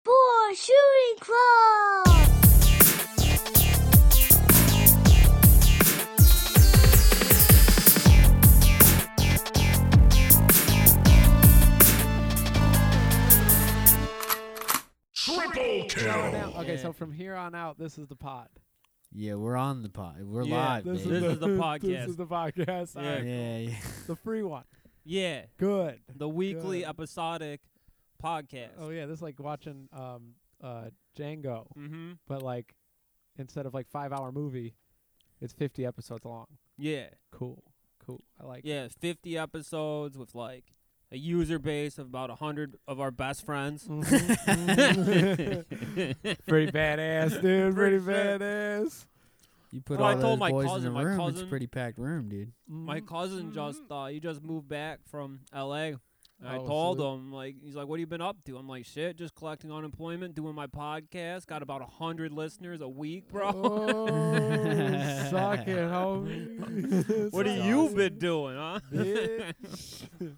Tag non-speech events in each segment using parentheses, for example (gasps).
Star Shooting Club! Triple on kill. out- Okay, so from here on out, this is the pod. Yeah, we're on the pod. We're Yeah, live. This, baby. (laughs) is, (laughs) This is the This is podcast. the podcast. all Yeah. right. yeah, yeah. The free one. Yeah, Good. the weekly Good. episodic podcast. Oh yeah, this is like watching um uh Django, Mm-hmm. but like instead of like five hour movie, it's fifty episodes long. Yeah, Cool. Cool. I like yeah. it's Fifty episodes with like a user base of about a hundred of our best friends. Mm-hmm. it. Mm-hmm. (laughs) pretty badass, dude. Pretty sure. badass. You put Well, I all told those my boys cousin- in my a room. It's cousin- a pretty packed room, dude. My Mhm. cousin just uh, he just moved back from L.A. And I Oh, told salute. him like he's like, "What have you been up to?" I'm like, "Shit, just collecting unemployment, doing my podcast. Got about a hundred listeners a week, bro. Mm. (laughs) Oh, suck it, homie. (laughs) what Suck have it. you been doing, huh?" Bitch. (laughs)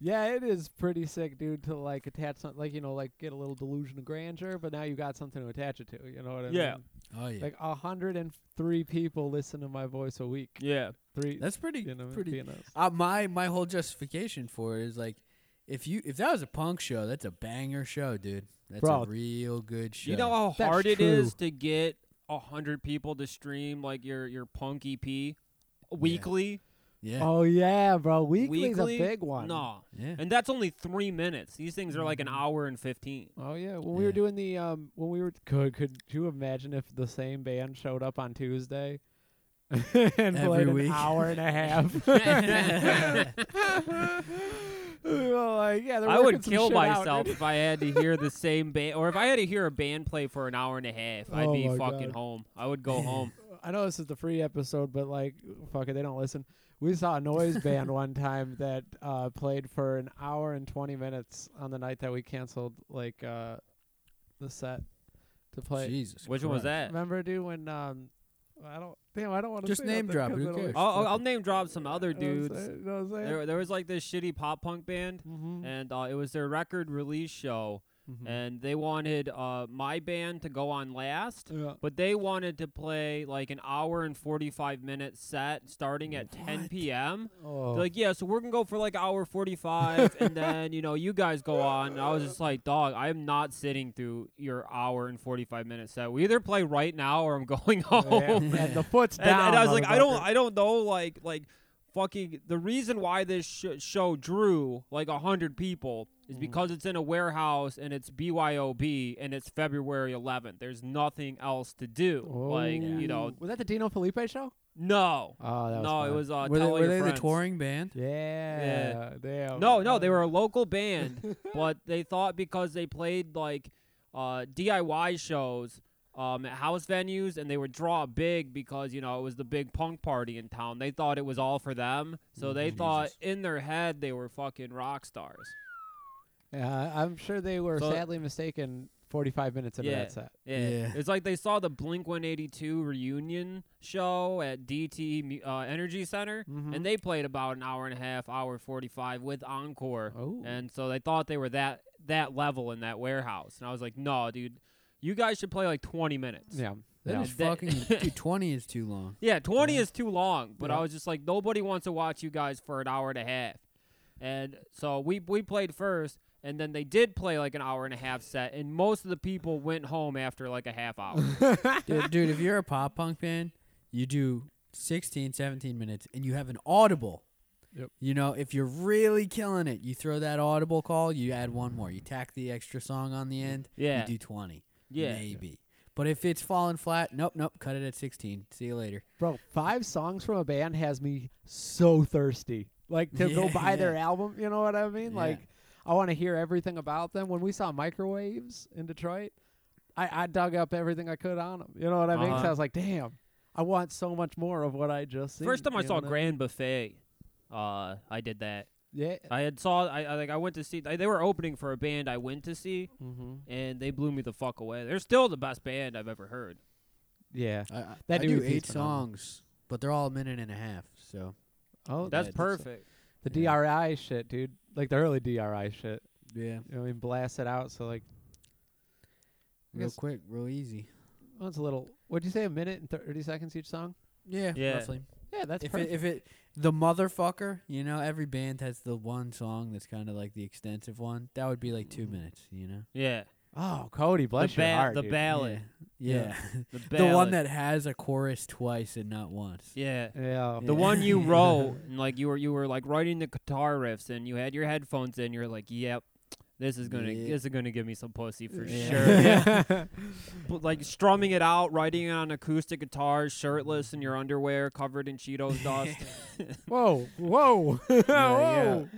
yeah, it is pretty sick, dude, to like attach something, like, you know, like get a little delusion of grandeur, but now you got something to attach it to. You know what I Yeah. mean? Oh yeah, Like 103 people listen to my voice a week. yeah, Three. that's pretty. you know, pretty. being us. Uh, my my whole justification for it is like, if you if that was a punk show, that's a banger show, dude. That's Bro. a real good show. You know how That's hard it true. is to get a hundred people to stream like your your punk EP weekly. yeah, Oh, yeah, bro. Weekly's Weekly? a big one. No, yeah. and that's only three minutes. These things are like an Mm-hmm. hour and (laughs) fifteen. (laughs) Oh yeah, when we were Yeah. doing the um, when we were could could you imagine if the same band showed up on Tuesday (laughs) and played week. an hour and (laughs) a half? (laughs) Well, like, yeah, they're I would working some kill shit out, myself if I had to hear the same band, or if I had to hear a band play for an hour and a half. I'd Oh be my fucking God. home. I would (laughs) go home. dude. I know this is the free episode, but like, fuck it, they don't listen. We saw a (laughs) noise band one time that uh, played for an hour and twenty minutes on the night that we canceled like uh, the set to play. Jesus. Which one was Christ. that? Remember, dude, when um, I don't damn, I don't want to Just name drop, who cares? I'll, I'll- I'll name drop some other dudes. You know what I'm saying? There, there was like this shitty pop punk band, Mhm. and uh, it was their record release show, Mhm. and they wanted uh, my band to go on last. Yeah. But they wanted to play like an hour and 45 minute set starting at 10 p.m. Oh. They're like, yeah, so we're going to go for like hour 45 and then, you know, you guys go on. And I was just like, dog, I'm not sitting through your hour and 45 minute set. We either play right now or I'm (laughs) going home. Yeah, and, Oh, and the foot's down. oh, and I was like, I don't motherfucker. I don't know like like fucking the reason why this sh- show drew like 100 people is Mhm. because it's in a warehouse and it's BYOB and it's February 11th. There's nothing else to do. Like, Oh. you know, was that the Dino Felipe show? no. Oh, No, that was it fun. was uh were they, Tell All were Your they the Friends. touring band? Yeah, Oh, damn. No, no, they were a local band, (laughs) but they thought because they played like uh, DIY shows um, at house venues and they would draw big because you know it was the big punk party in town. They thought it was all for them, so they Mhm. thought Jesus. in their head they were fucking rock stars. Uh, I'm sure they were So- sadly mistaken. 45 minutes into Yeah. that set. Yeah. Yeah. it's like they saw the Blink 182 reunion show at DT Mu- uh, Energy Center, Mm-hmm. Mhm. and they played about an hour and a half, hour 45 with encore. Oh, and so they thought they were that that level in that warehouse and i was like no dude you guys should play like 20 minutes yeah. That yeah. is That- (laughs) fucking dude. Twenty is too long. yeah 20 is too long but Yeah. i was just like nobody wants to watch you guys for an hour and a half and so we we played first and then they did play like an hour and a half set and most of the people went home after like a half (laughs) hour dude, dude, if you're a pop punk band, you do 16, 17 minutes and you have an audible. Yep. You know, if you're really killing it, you throw that audible call, you add one more. You tack the extra song on the end, Yeah. you do 20. yeah Maybe. But if it's falling flat, nope, nope, cut it at 16. See you later. Bro, five songs from a band has me so thirsty. Like to go Yeah, buy their yeah. album, you know what I mean? Yeah. Like I want to hear everything about them. When we saw Microwaves in Detroit, I, I dug up everything I could on them. You know what I mean? 'Cause Uh-huh. I was like, damn, I want so much more of what I just. Seen. first time i you know saw what grand buffet uh i did that Yeah. i had saw i, I like i went to see they were opening for a band i went to see hmm and they blew me the fuck away. They're still the best band I've ever heard. Yeah. I, I- That I do EP is eight phenomenal. songs, but they're all a minute and a half. So, Oh, That's Yeah, it's- perfect. the yeah. DRI shit, dude. Like the early DRI shit. yeah. You know, what I mean, blast it out. So like, real guess- quick, real easy. Well, oh, it's a little. What'd you say? A minute and thirty seconds each song. Yeah, Yeah. roughly. Yeah, that's If it, perfect. if it the motherfucker, you know, every band has the one song that's kind of like the extensive one. That would be like two Mm-hmm. minutes, you know. Yeah. oh, Cody, bless the your ba- heart, the dude. ballad. Yeah, (laughs) The the ballad. one that has a chorus twice and not once. Yeah. Yeah. The Yeah. one you wrote and like you were you were like writing the guitar riffs and you had your headphones in, you're like, Yep, this is gonna Yeah. this is gonna give me some pussy for Yeah. (laughs) sure. (laughs) But, like strumming it out, writing it on acoustic guitar, shirtless in your underwear, covered in Cheetos dust. (laughs) whoa, whoa, (laughs) yeah. whoa.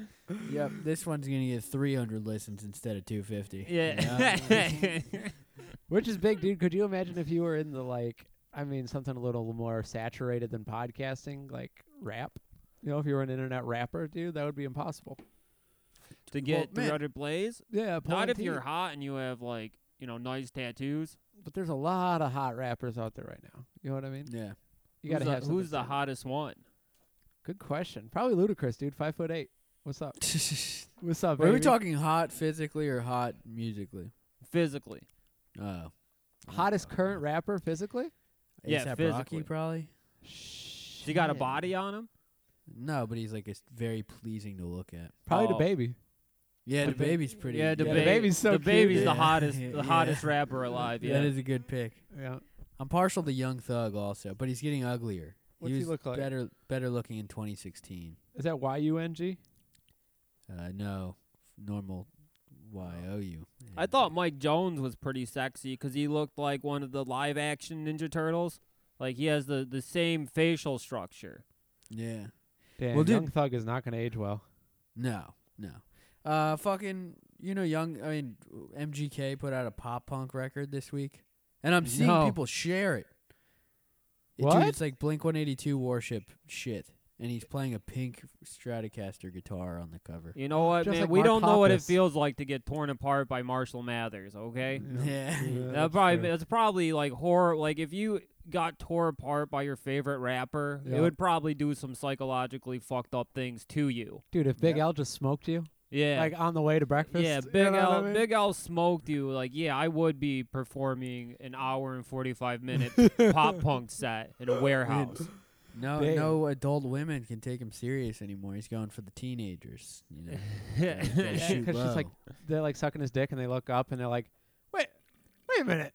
Yep, this one's gonna get 300 listens instead of 250. Yeah. (laughs) Which is big, dude. Could you imagine if you were in the like, I mean, something a little more saturated than podcasting, like rap? You know, if you were an internet rapper, dude, that would be impossible. to get man. 300 plays. Yeah, Not if you're hot and you have like, you know, nice tattoos. But there's a lot of hot rappers out there right now. You know what I mean? yeah. (laughs) You gotta who's have the, something who's the to- hottest one? Good question. Probably Ludacris, dude. Five foot eight. What's up? What's up? Were we baby? talking hot physically or hot musically? Physically. Oh, hottest current rapper physically? Yeah, A$AP physically. Rocky probably. She got a body on him? No, but he's like it's very pleasing to look at. Probably Oh. the baby. Yeah, the ba- baby's pretty. Yeah, the, Yeah, the baby- baby's so the cute. baby's Yeah. the (laughs) hottest, the Yeah. hottest rapper alive. Yeah, That is a good pick. Yeah. I'm partial to Young Thug also, but he's getting uglier. What's he he was look like? Better, better looking in 2016. Is that Y U N G? Uh, no, normal. Y O U. I thought Mike Jones was pretty sexy because he looked like one of the live action Ninja Turtles. Like he has the the same facial structure. Yeah. Damn, Well, dude- Young Thug is not gonna (laughs) age well. No, no. Uh, fucking, you know, young. I mean, MGK put out a pop punk record this week, and I'm seeing No. people share it. It- What? Dude, it's like Blink 182 Worship shit, and he's playing a pink Stratocaster guitar on the cover. You know what, Just man? like we Mark don't know what it Hoppus. feels like to get torn apart by Marshall Mathers. Okay, Yeah. Yeah, that that's probably true. that's probably like horror. Like if you got torn apart by your favorite rapper, Yeah. it would probably do some psychologically fucked up things to you. Dude, if Big L just smoked you, Yeah. like on the way to breakfast. yeah, you Big know what L, I mean? (laughs) Big (laughs) L smoked you. Like, yeah, I would be performing an hour and forty-five minute (laughs) pop punk set in a warehouse. (laughs) No, Damn. no adult women can take him serious anymore. He's going for the teenagers. You know, Gotta Yeah, (laughs) shoot 'cause she's like, low. they're like sucking his dick, and they look up, and they're like, "Wait, wait a minute,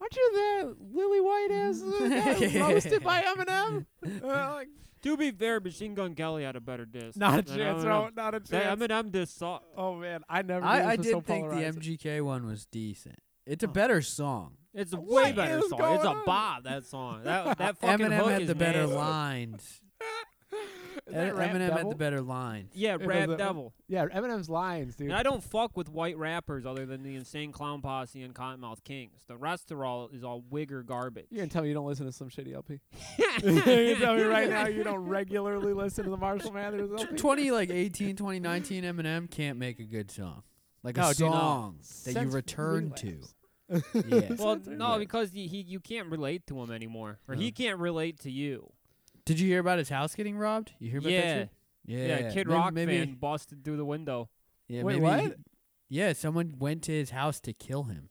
aren't you that lily white uh, ass little (laughs) guy roasted by Eminem?" Uh, like, to be fair, Machine Gun Kelly had a better disc. (laughs) not a than chance, Eminem. no, not a That chance. Eminem disc sucked. Oh man, I never. knew I, this I was did so think polarizing. the MGK one was decent. It's a Oh. better song. It's a What way better is song. It's a going on? bob. That song. (laughs) That that fucking Eminem hook had is the better nasty. lines. Is that Em- Rap Eminem had Devil? the better lines. Yeah, It Rap was (laughs) a- Devil. Yeah, Eminem's lines, dude. And I don't fuck with white rappers other than the Insane Clown Posse and Cottonmouth Kings. The rest are all is all wigger garbage. You're gonna tell me you don't listen to some shitty LP? you can tell me right now you don't regularly listen to the Marshall Mathers LP? 20 like 18 2019 Eminem can't make a good song. Like No, a dude, no. song that you Since return to. relapse. (laughs) (laughs) Yeah. Well, Something no, like- because he, he you can't relate to him anymore, or Oh. he can't relate to you. Did you hear about his house getting robbed? You hear about Yeah. that shit? Yeah. Yeah, Kid Maybe- Rock maybe, fan busted through the window. Yeah, Wait, maybe he- what? yeah, someone went to his house to kill him.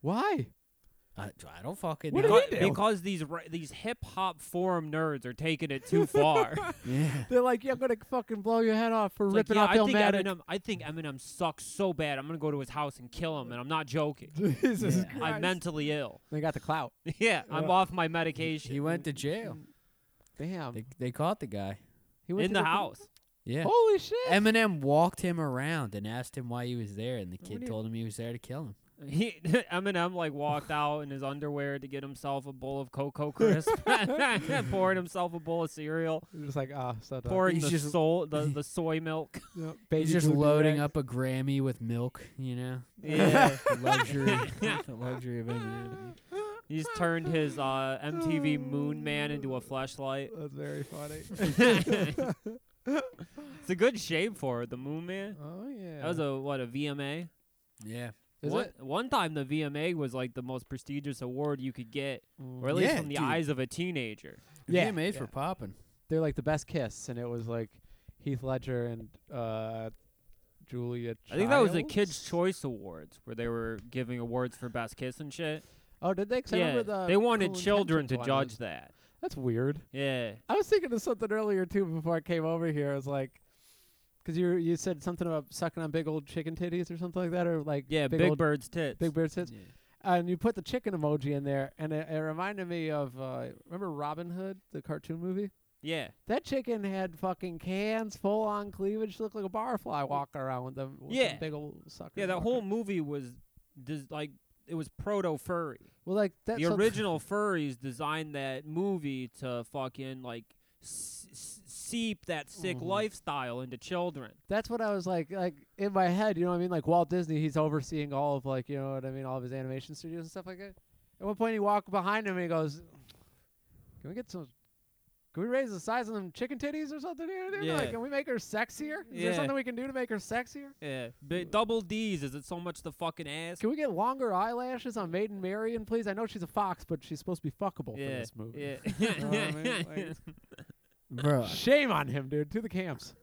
Why? I, I don't fucking What know. did he Becau- do? Because these ra- these hip hop forum nerds are taking it too (laughs) far. It's (laughs) Yeah. They're like, yeah, I'm gonna fucking blow your head off for like, ripping yeah, off I think Illmatic. Eminem. I think Eminem sucks so bad. I'm gonna go to his house and kill him, and I'm not joking. (laughs) Jesus Yeah. Christ. I'm mentally ill. (laughs) They got the clout. yeah, I'm Yeah. off my He medication went to jail. Damn. They, they caught the guy. He went in to the house. Yeah. (laughs) Holy shit. Eminem walked him around and asked him why he was there, and the do kid you- told him he was there to kill him. He (laughs) Eminem like walked out in his underwear to get himself a bowl of Cocoa (laughs) Crisp, (laughs) poured himself a bowl of cereal, You're just like, ah, so done. pouring He's the, just- soul, (laughs) the the soy milk. Yep. He's Baby just blue loading do-rag. up a Grammy with milk, you know? Yeah. (laughs) luxury, (laughs) the luxury of Eminem. He's turned his uh, MTV Moon Man into a flashlight. That's very funny. (laughs) it's a good shape for it, the Moon Man. oh yeah. That was a what a VMA. Yeah, Is one, it? one time the VMA was like the most prestigious award you could get, Mm. or at least Yeah, from the dude. eyes of a teenager. Yeah, VMAs yeah. were popping. They're like the best kiss, and it was like Heath Ledger and uh, Julia. I think that was the Childs? Kids' Choice Awards where they were giving awards for best kiss and shit. Oh, did they? 'Cause I yeah, remember the they wanted Cool children Intentions to one judge was- that. That's weird. Yeah, I was thinking of something earlier too before I came over here. I was like, because you you said something about sucking on big old chicken titties or something like that, or like yeah. Big, old Bird's tits. big bird tits. Yeah. and you put the chicken emoji in there, and it, it reminded me of uh, remember Robin Hood, the cartoon movie. yeah, That chicken had fucking cans, full on cleavage. She looked like a barfly walking around with them. With them Yeah. big old sucker. yeah. That fucker. whole movie was des- like it was proto furry. well, like that. The so- original furries designed that movie to fucking like s- s- seep that sick Mhm. lifestyle into children. That's what I was like, like in my head. You know what I mean? Like Walt Disney, he's overseeing all of like, you know what I mean, all of his animation studios and stuff like that. At one point, he walked behind him and he goes, "Can we get some? Can we raise the size of them chicken titties or something? here, dude? Like, Yeah. can we make her sexier? Is Yeah. there something we can do to make her sexier? Yeah, Bi- double D's isn't so much the fucking ass. Can we get longer eyelashes on Maiden Marian, please? I know she's a fox, but she's supposed to be fuckable for Yeah, this movie. yeah. (laughs) You know what I mean? Like, bro. (laughs) Shame on him, dude. To the camps.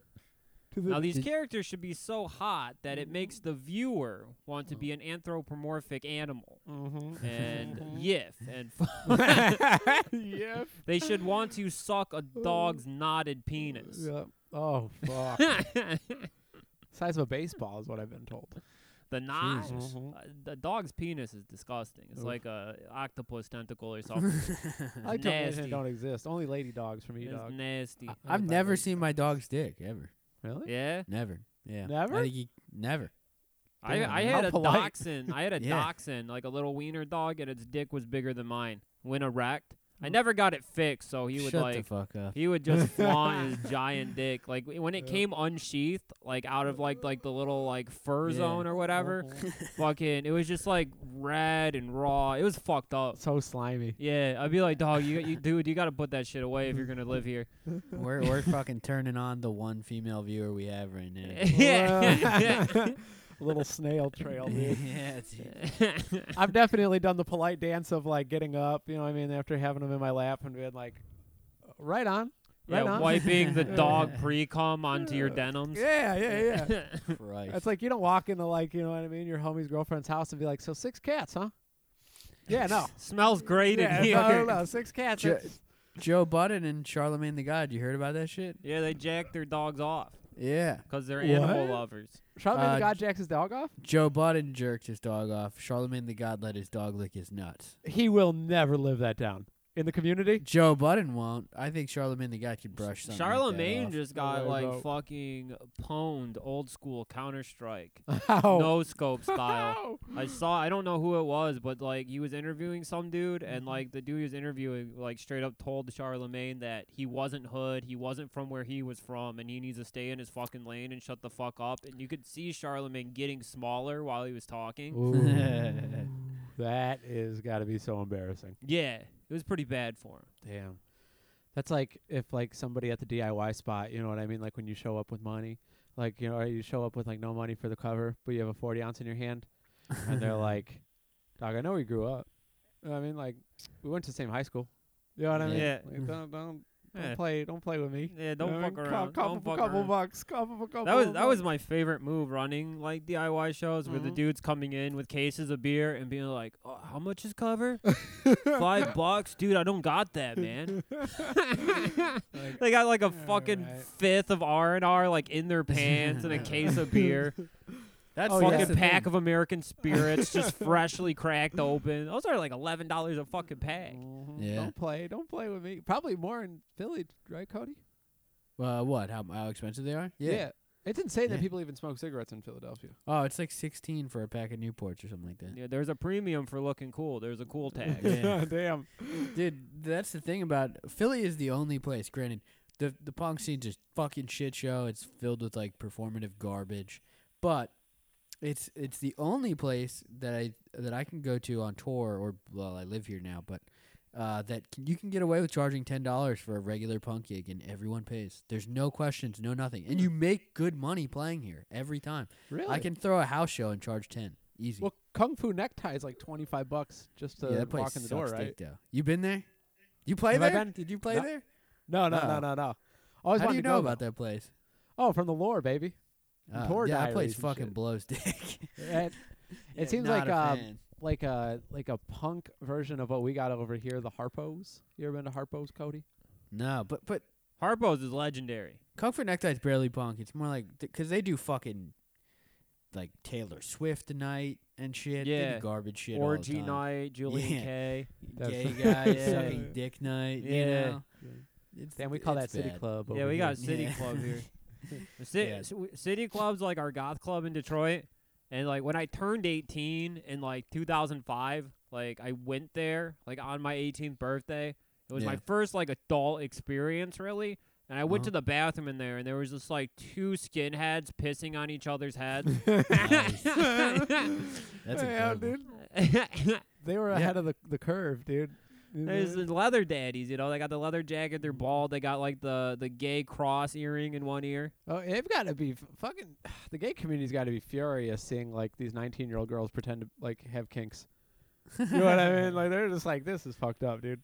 To (laughs) the Now these Did- characters should be so hot that Mm-hmm. it makes the viewer want to be an anthropomorphic (laughs) animal. And Mm-hmm. yiff and fu- (laughs) yeah. (laughs) they should want to suck a (laughs) dog's knotted penis. yeah. Oh (laughs) fuck. (laughs) the Size of a baseball is what I've been told. knot, Jesus. uh, the dog's penis is disgusting. It's Oof. like a octopus tentacle (laughs) or something. I don't imagine Nasty. it don't exist. Only lady dogs from E it's Dog. nasty. I've never seen my dog's dick ever. Really? Yeah, Never. Yeah. Never? I think he, never. I, Damn, I how had a polite. dachshund. I had a (laughs) Yeah. dachshund, like a little wiener dog, and its dick was bigger than mine. Went erect. I never got it fixed, so he would Shut like the fuck up. He would (laughs) just flaunt his giant dick. Like w- when it came unsheathed, like out of like like the little like fur Yeah. Uh-huh. zone or whatever, fucking it was just like red and raw. It was fucked up. (laughs) So slimy. Yeah, I'd be like, dog, you, you dude, you gotta put that shit away if you're gonna live here. we're we're fucking turning on the one female viewer we have right (laughs) now. (laughs) yeah. Well, (laughs) Little snail (laughs) trail, dude. yeah, dude. I've definitely done the polite dance of like getting up, you know what I mean, after having them in my lap and being like, right on. yeah, Right on. wiping (laughs) the dog pre cum onto your denims. Yeah, yeah, yeah. Christ. It's like you don't walk into like, you know what I mean, your homie's girlfriend's house and be like, so six cats, huh? Yeah, no. (laughs) Smells great yeah, in here. no, no, no, six cats. Ju- that's- Joe Budden and Charlemagne the God. You heard about that shit? Yeah, they jack their dogs off Yeah. because they're animal What? lovers. Charlemagne Uh, the God jacks his dog off? Joe Budden jerked his dog off. Charlemagne the God let his dog lick his nuts. He will never live that down. In the (laughs) community? Joe Budden won't. I think Charlemagne the God could brush something. Charlemagne like that off. just got Hello, like bro. fucking pwned old school Counter Strike, Ow. no scope style. I saw, I don't know who it was, but like he was interviewing some dude, and like the dude he was interviewing, like straight up told Charlemagne that he wasn't hood, he wasn't from where he was from, and he needs to stay in his fucking lane and shut the fuck up. And you could see Charlemagne getting smaller while he was talking. Ooh, (laughs) that is got to be so embarrassing. Yeah, it was pretty bad for him. Damn. That's like if like somebody at the DIY spot, you know what I mean? Like when you show up with money, like you know, or you show up with like no money for the cover, but you have a forty ounce in your hand, (laughs) and (laughs) they're like, "Dog, I know we grew up. You know what I mean, like we went to the same high school. You know what I mean? Yeah. Like, don't don't, don't Yeah. play don't play with me. Yeah, You don't know fuck what I mean? around. Couple, don't fuck couple around. bucks. Couple, couple That was bucks. that was my favorite move running like DIY shows where the Mm-hmm. Mhm. dudes coming in with cases of beer and being like, oh, "How much is (laughs) cover? Five bucks, dude. I don't got that, (laughs) man." (laughs) they got like a fucking alright. fifth of R and R like in their pants and a case of beer, (laughs) That's Oh, yeah. fucking that's the pack thing. of American spirits just (laughs) freshly cracked open. Those are like eleven dollars a fucking pack. Oh, Mhm. Yeah. Don't play. Don't play with me. Probably more in Philly, right, Cody? Uh, what? How, how expensive they are? It's insane Yeah. that people even smoke cigarettes in Philadelphia. (laughs) Oh, it's like sixteen for a pack of Newports or something like that. Yeah, there's a premium for looking cool. There's a cool tag. (laughs) Yeah. Damn. Dude, that's the thing about Philly is the only place. Granted, the the punk scene's a fucking shit show. It's filled with like performative garbage, but it's it's the only place that I that I can go to on tour or well, I live here now, but uh, that can, you can get away with charging ten dollars for a regular punk gig and everyone pays. There's no questions, no nothing, and you make good money playing here every time. Hmm. Really? I can throw a house show and charge ten easy. Well, Kung Fu necktie is like twenty five bucks just to yeah, that place walk in the door, sucks right? dick, though. You been there? You play Have I there? been? Did you play No. there? No, no, No. no, no, no. Always How do wanted you to know go, about though. that place? Oh, from the lore, baby. (laughs) Uh, Tour yeah, that diaries place and fucking shit. blows (laughs) dick. It, Yeah, it seems like not a um, fan. like a like a punk version of what we got over here, the Harpos. You ever been to Harpos, Cody? no, but but Harpo's is legendary. Comfort Necktie's barely punk. It's more like because they do fucking like Taylor Swift tonight and shit. They do Yeah. garbage shit. all the Orgy time. night, Julian Yeah. K. That's- (laughs) gay guys Yeah. sucking dick night. Yeah. You know? Yeah. It's, Damn, we call it's that city bad. club. Yeah, over we here. got city Yeah. club (laughs) here. The ci- Yeah. s- w- City clubs like our goth club in Detroit, and like when I turned 18 in like 2005, like I went there like on my 18th birthday. It was my Yeah. first like adult experience really, and I went Uh-huh. to the bathroom in there, and there was just like two skinheads pissing on each other's heads. (laughs) (laughs) Nice. That's incredible. They were Yeah. ahead of the the curve, dude. There's the leather daddies, you know. They got the leather jacket. They're bald. They got like the the gay cross earring in one ear. Oh, they've got to be f- fucking. (sighs) The gay community's got to be furious seeing like these 19 year old girls pretend to like have kinks. You know what (laughs) I mean? Like they're just like, this is fucked up, dude.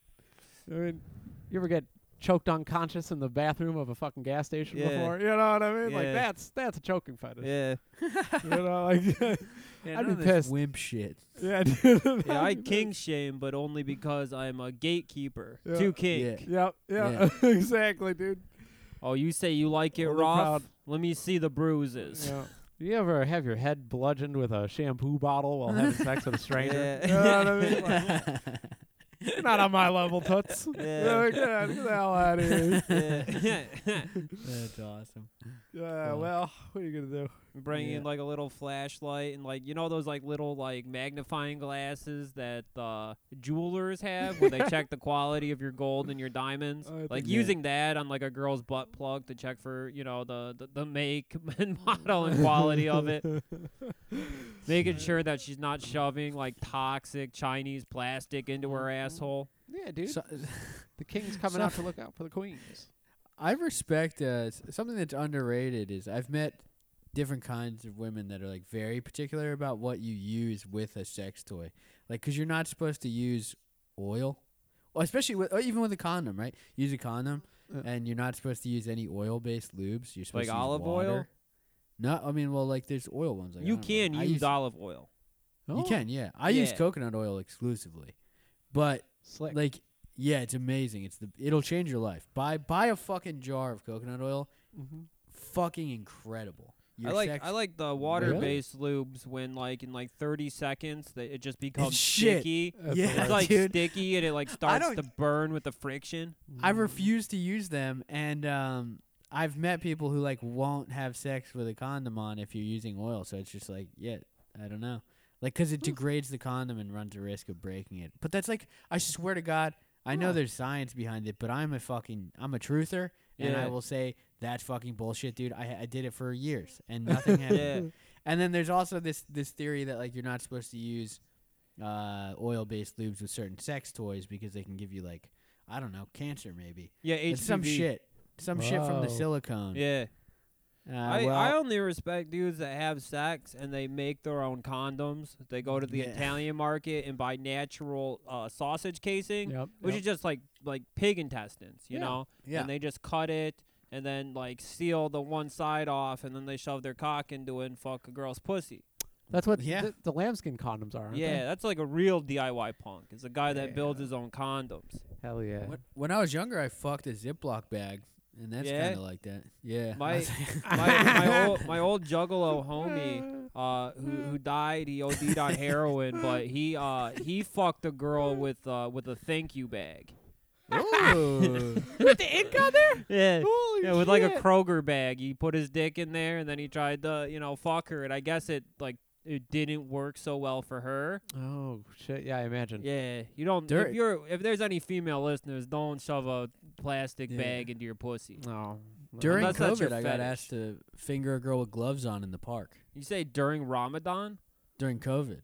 I mean, you ever get choked unconscious in the bathroom of a fucking gas station Yeah. before? You know what I mean? Like Yeah. that's that's a choking fetish. Yeah. You know, like (laughs) Yeah, I'd none be of this pissed. (laughs) Wimp shit. yeah, dude. Yeah, (laughs) I I'd be king shame, but only because I'm a gatekeeper Yeah. to kink. pissed. Yep, yeah, (laughs) exactly, dude. Oh, you say you like it Only rough? proud. Let me see the bruises. Yeah. Do (laughs) you ever have your head bludgeoned with a shampoo bottle while having sex with a stranger? (laughs) Yeah. You know what I mean? Like, You're (laughs) not on my level, (laughs) toots. Yeah. Like, get, out, get the hell out of (laughs) here. (laughs) (laughs) That's awesome. Yeah, well, what are you gonna do? Bring in Yeah. like a little flashlight and like you know those like little like magnifying glasses that uh, jewelers have where they (laughs) check the quality of your gold and your diamonds. Oh, I like think- Yeah. using that on like a girl's butt plug to check for you know the the, the make (laughs) (laughs) and model and quality of it. making sure that she's not shoving like toxic Chinese plastic into her Mm-hmm. asshole. Yeah, dude. So- the king's coming so- out to look out for the queens. I respect uh, s- something that's underrated is I've met different kinds of women that are like very particular about what you use with a sex toy, like because you're not supposed to use oil, well, especially with or even with a condom, right? Use a condom, Yeah. and you're not supposed to use any oil-based lubes. You're supposed Like to use olive water. oil? No, I mean, well, like there's oil ones. Like, I you don't know. can I use, olive oil. You can, yeah. I use Yeah. coconut oil exclusively, but Slick. like yeah it's amazing it's the it'll change your life buy buy a fucking jar of coconut oil Mhm. fucking incredible Your Mm-hmm. I like sex- I like the water based lubes when like in like 30 seconds that it just becomes shit. sticky. That's (laughs) yeah It's like dude sticky and it (laughs) like starts don't- to burn with the friction. i Mm. refuse to use them and um i've met people who like won't have sex with a condom on if you're using oil so it's just like yeah i don't know like because Hmm. it degrades the condom and runs a risk of breaking it but that's like i swear to god i know there's science behind it but i'm a fucking i'm a truther and i Yeah. will say that's fucking bullshit dude i, I did it for years (laughs) and nothing happened (laughs) Yeah. And then there's also this this theory that like you're not supposed to use uh, oil based lubes with certain sex toys because they can give you like I don't know cancer maybe Yeah, it's some HPV. shit some shit from the Wow. silicone. Yeah. Uh, I, well, I only respect dudes that have sex and they make their own condoms. They go to the Yeah. Italian market and buy natural uh, sausage casing, Yep, which yep. is just like like pig intestines, you Yeah. know. yeah. And they just cut it and then like seal the one side off and then they shove their cock into it and fuck a girl's pussy. That's what Yeah. the, the lambskin condoms are. Aren't yeah, They? that's like a real DIY punk. It's a guy that builds his own condoms. Hell yeah. (laughs) When- when I was younger, I fucked a Ziploc bag, and that's Yeah? kind of like that. Yeah. I My- was like- (laughs) my, (laughs) my old my old juggalo homie uh, who who died he OD'd on heroin but he uh he fucked a girl with uh with a thank you bag (laughs) Ooh. (laughs) (laughs) yeah Holy yeah with like a shit. Kroger bag he put his dick in there and then he tried to you know fuck her and I guess it like it didn't work so well for her Oh shit! Yeah, I imagine. yeah you don't Dirt. if you're if there's any female listeners don't shove a plastic Yeah. bag into your pussy Oh, No. During Unless that's your COVID, I got fetish. asked to finger a girl with gloves on in the park. you say during (laughs) Ramadan (laughs) During COVID,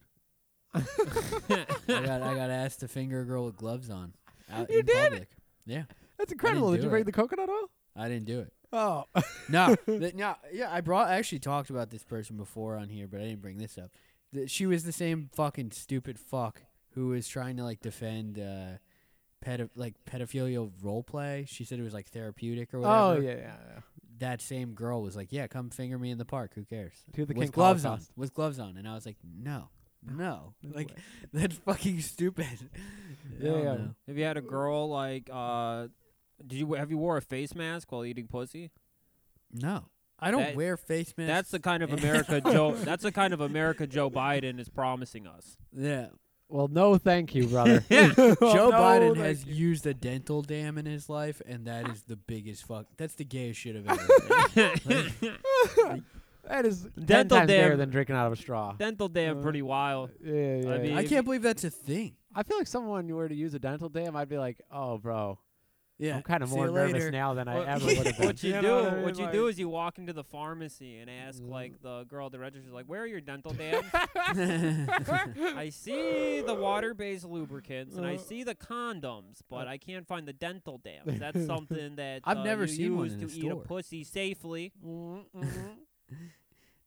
I got I (laughs) got asked to finger a girl with gloves on out You in did? public. Yeah, That's incredible. Did do you bring it. the coconut oil? I didn't do it. Oh, No, th- no, yeah, I brought. I actually talked about this person before on here, but I didn't bring this up. Th- she was the same fucking stupid fuck who was trying to like defend uh, pedo- like pedophilia role play. She said it was like therapeutic or whatever. oh yeah, yeah, yeah. that same girl was like, "Yeah, come finger me in the park. Who cares?" To the with King gloves Holocaust. on, with gloves on, and I was like, "No, no, no like way. (laughs) that's fucking stupid." Yeah, Hell yeah. no. Have you had a girl like? uh Did you have you wore a face mask while eating pussy? no, I don't That- wear face masks. That's the (laughs) kind of America Joe. That's the kind of America Joe Biden is promising us. yeah. Well, no, thank you, (laughs) brother. Joe Oh, No, Biden thank has used a dental dam in his life, and that is the biggest fuck. That's the gayest shit I've (laughs) ever. seen. that is ten Dental times better dam. than drinking out of a straw. Dental dam, Uh, pretty wild. yeah, yeah. mean- I can't believe that's a thing. I feel like someone were to use a dental dam, I'd be like, oh, bro, Yeah, I'm kind of see more you nervous later. now than I What- (laughs) ever (laughs) what- would have been. What you, do, know I what mean? you do Like- is you walk into the pharmacy and ask like the girl at the register, like, "Where are your dental dams? I see the water-based lubricants and I Uh, see the condoms, but I can't find the dental dams. That's something that I've uh, never you seen one use in to a eat a store. pussy safely." (laughs)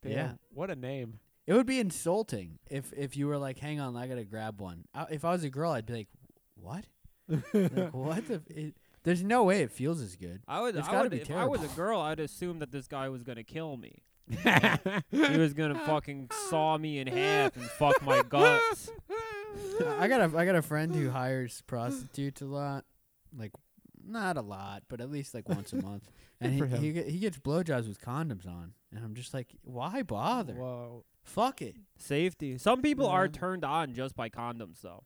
Damn, Yeah. What a name. (laughs) It would be insulting if if you were like, "Hang on, I gotta grab one." I, if I was a girl, I'd be like, "What? (laughs) like, what the? f- It, there's no way it feels as good." I would, It's I gotta would be if I was a terrible. girl, I'd assume that this guy was gonna kill me. he was gonna fucking saw me in half and fuck my guts. I I got a I got a (sighs) friend who hires prostitutes a lot, like not a lot, but at least (laughs) like once a month, and Good for he, he him. get- he gets blowjobs with condoms on, and I'm just like, why bother? Whoa. Fuck it. Safety. Some people are Mhm. turned on just by condoms, though.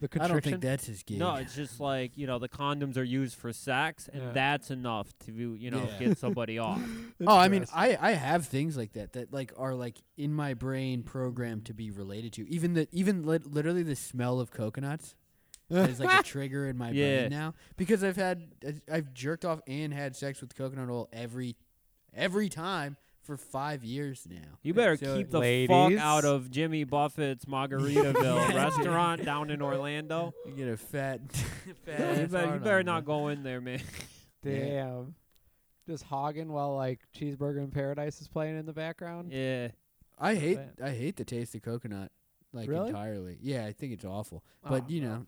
The I don't (laughs) think constriction? that's his gig. No, it's just like you know the condoms are used for sex, and Yeah. that's enough to you know Yeah. get (laughs) somebody off. Oh, I mean, Interesting. I, I have things like that that like are like in my brain programmed to be related to. Even the even lit literally the smell of coconuts is (laughs) like a trigger in my Yeah. brain now because I've had I- I've jerked off and had sex with coconut oil every every time for five years now. You better So- keep the fuck Ladies? out of Jimmy Buffett's Margaritaville (laughs) Yeah. restaurant down in Orlando. you get a fat. (laughs) fat Yeah, you ass better, you hard better on, not bro. go in there, (laughs) man. Yeah. Damn. Just hogging while like Cheeseburger in Paradise is playing in the background. yeah, I hate fat. I hate the taste of coconut like Really? entirely. Yeah, I think it's awful. But Oh, you no. know,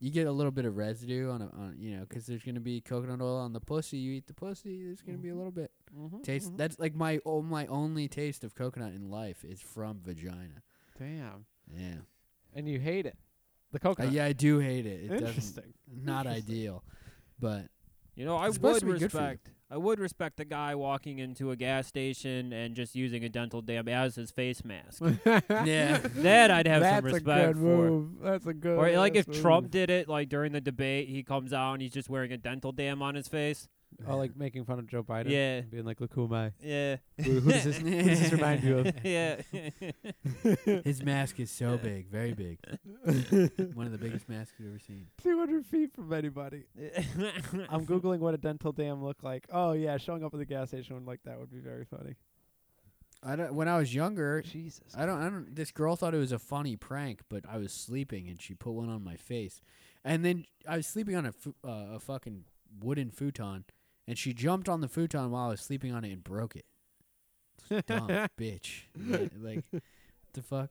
you get a little bit of residue on a on you know because there's gonna be coconut oil on the pussy. You eat the pussy, there's gonna be a little bit Mhm, taste. mhm. That's like my oh, my only taste of coconut in life is from vagina. Damn. Yeah, And you hate it. The Uh, coconut. yeah, I do hate it. It doesn't (laughs) Interesting. not ideal, but you know I It's supposed would to be good for you. respect. I would respect the guy walking into a gas station and just using a dental dam as his face (laughs) mask. (laughs) yeah, that I'd have That's some a respect good for. move. That's a good. Or like ass if Trump move. did it, like during the debate, he comes out and he's just wearing a dental dam on his face. Oh, like making fun of Joe Biden. Yeah. Being like, look who am (laughs) I? Yeah, Who, who (laughs) does this? Who does (laughs) this remind you (laughs) of? yeah. (laughs) his mask is so big, very big. One of the biggest masks you've ever seen. 200 feet from anybody. I'm googling what a dental dam look like. Oh yeah, showing up at the gas station like that would be very funny. I don't, when I was younger, Jesus. I don't. I don't. This girl thought it was a funny prank, but I was sleeping and she put one on my face, and then I was sleeping on a fu- uh, a fucking wooden futon, and she jumped on the futon while I was sleeping on it and broke (laughs) it. Dumb bitch. Yeah, like, the fuck?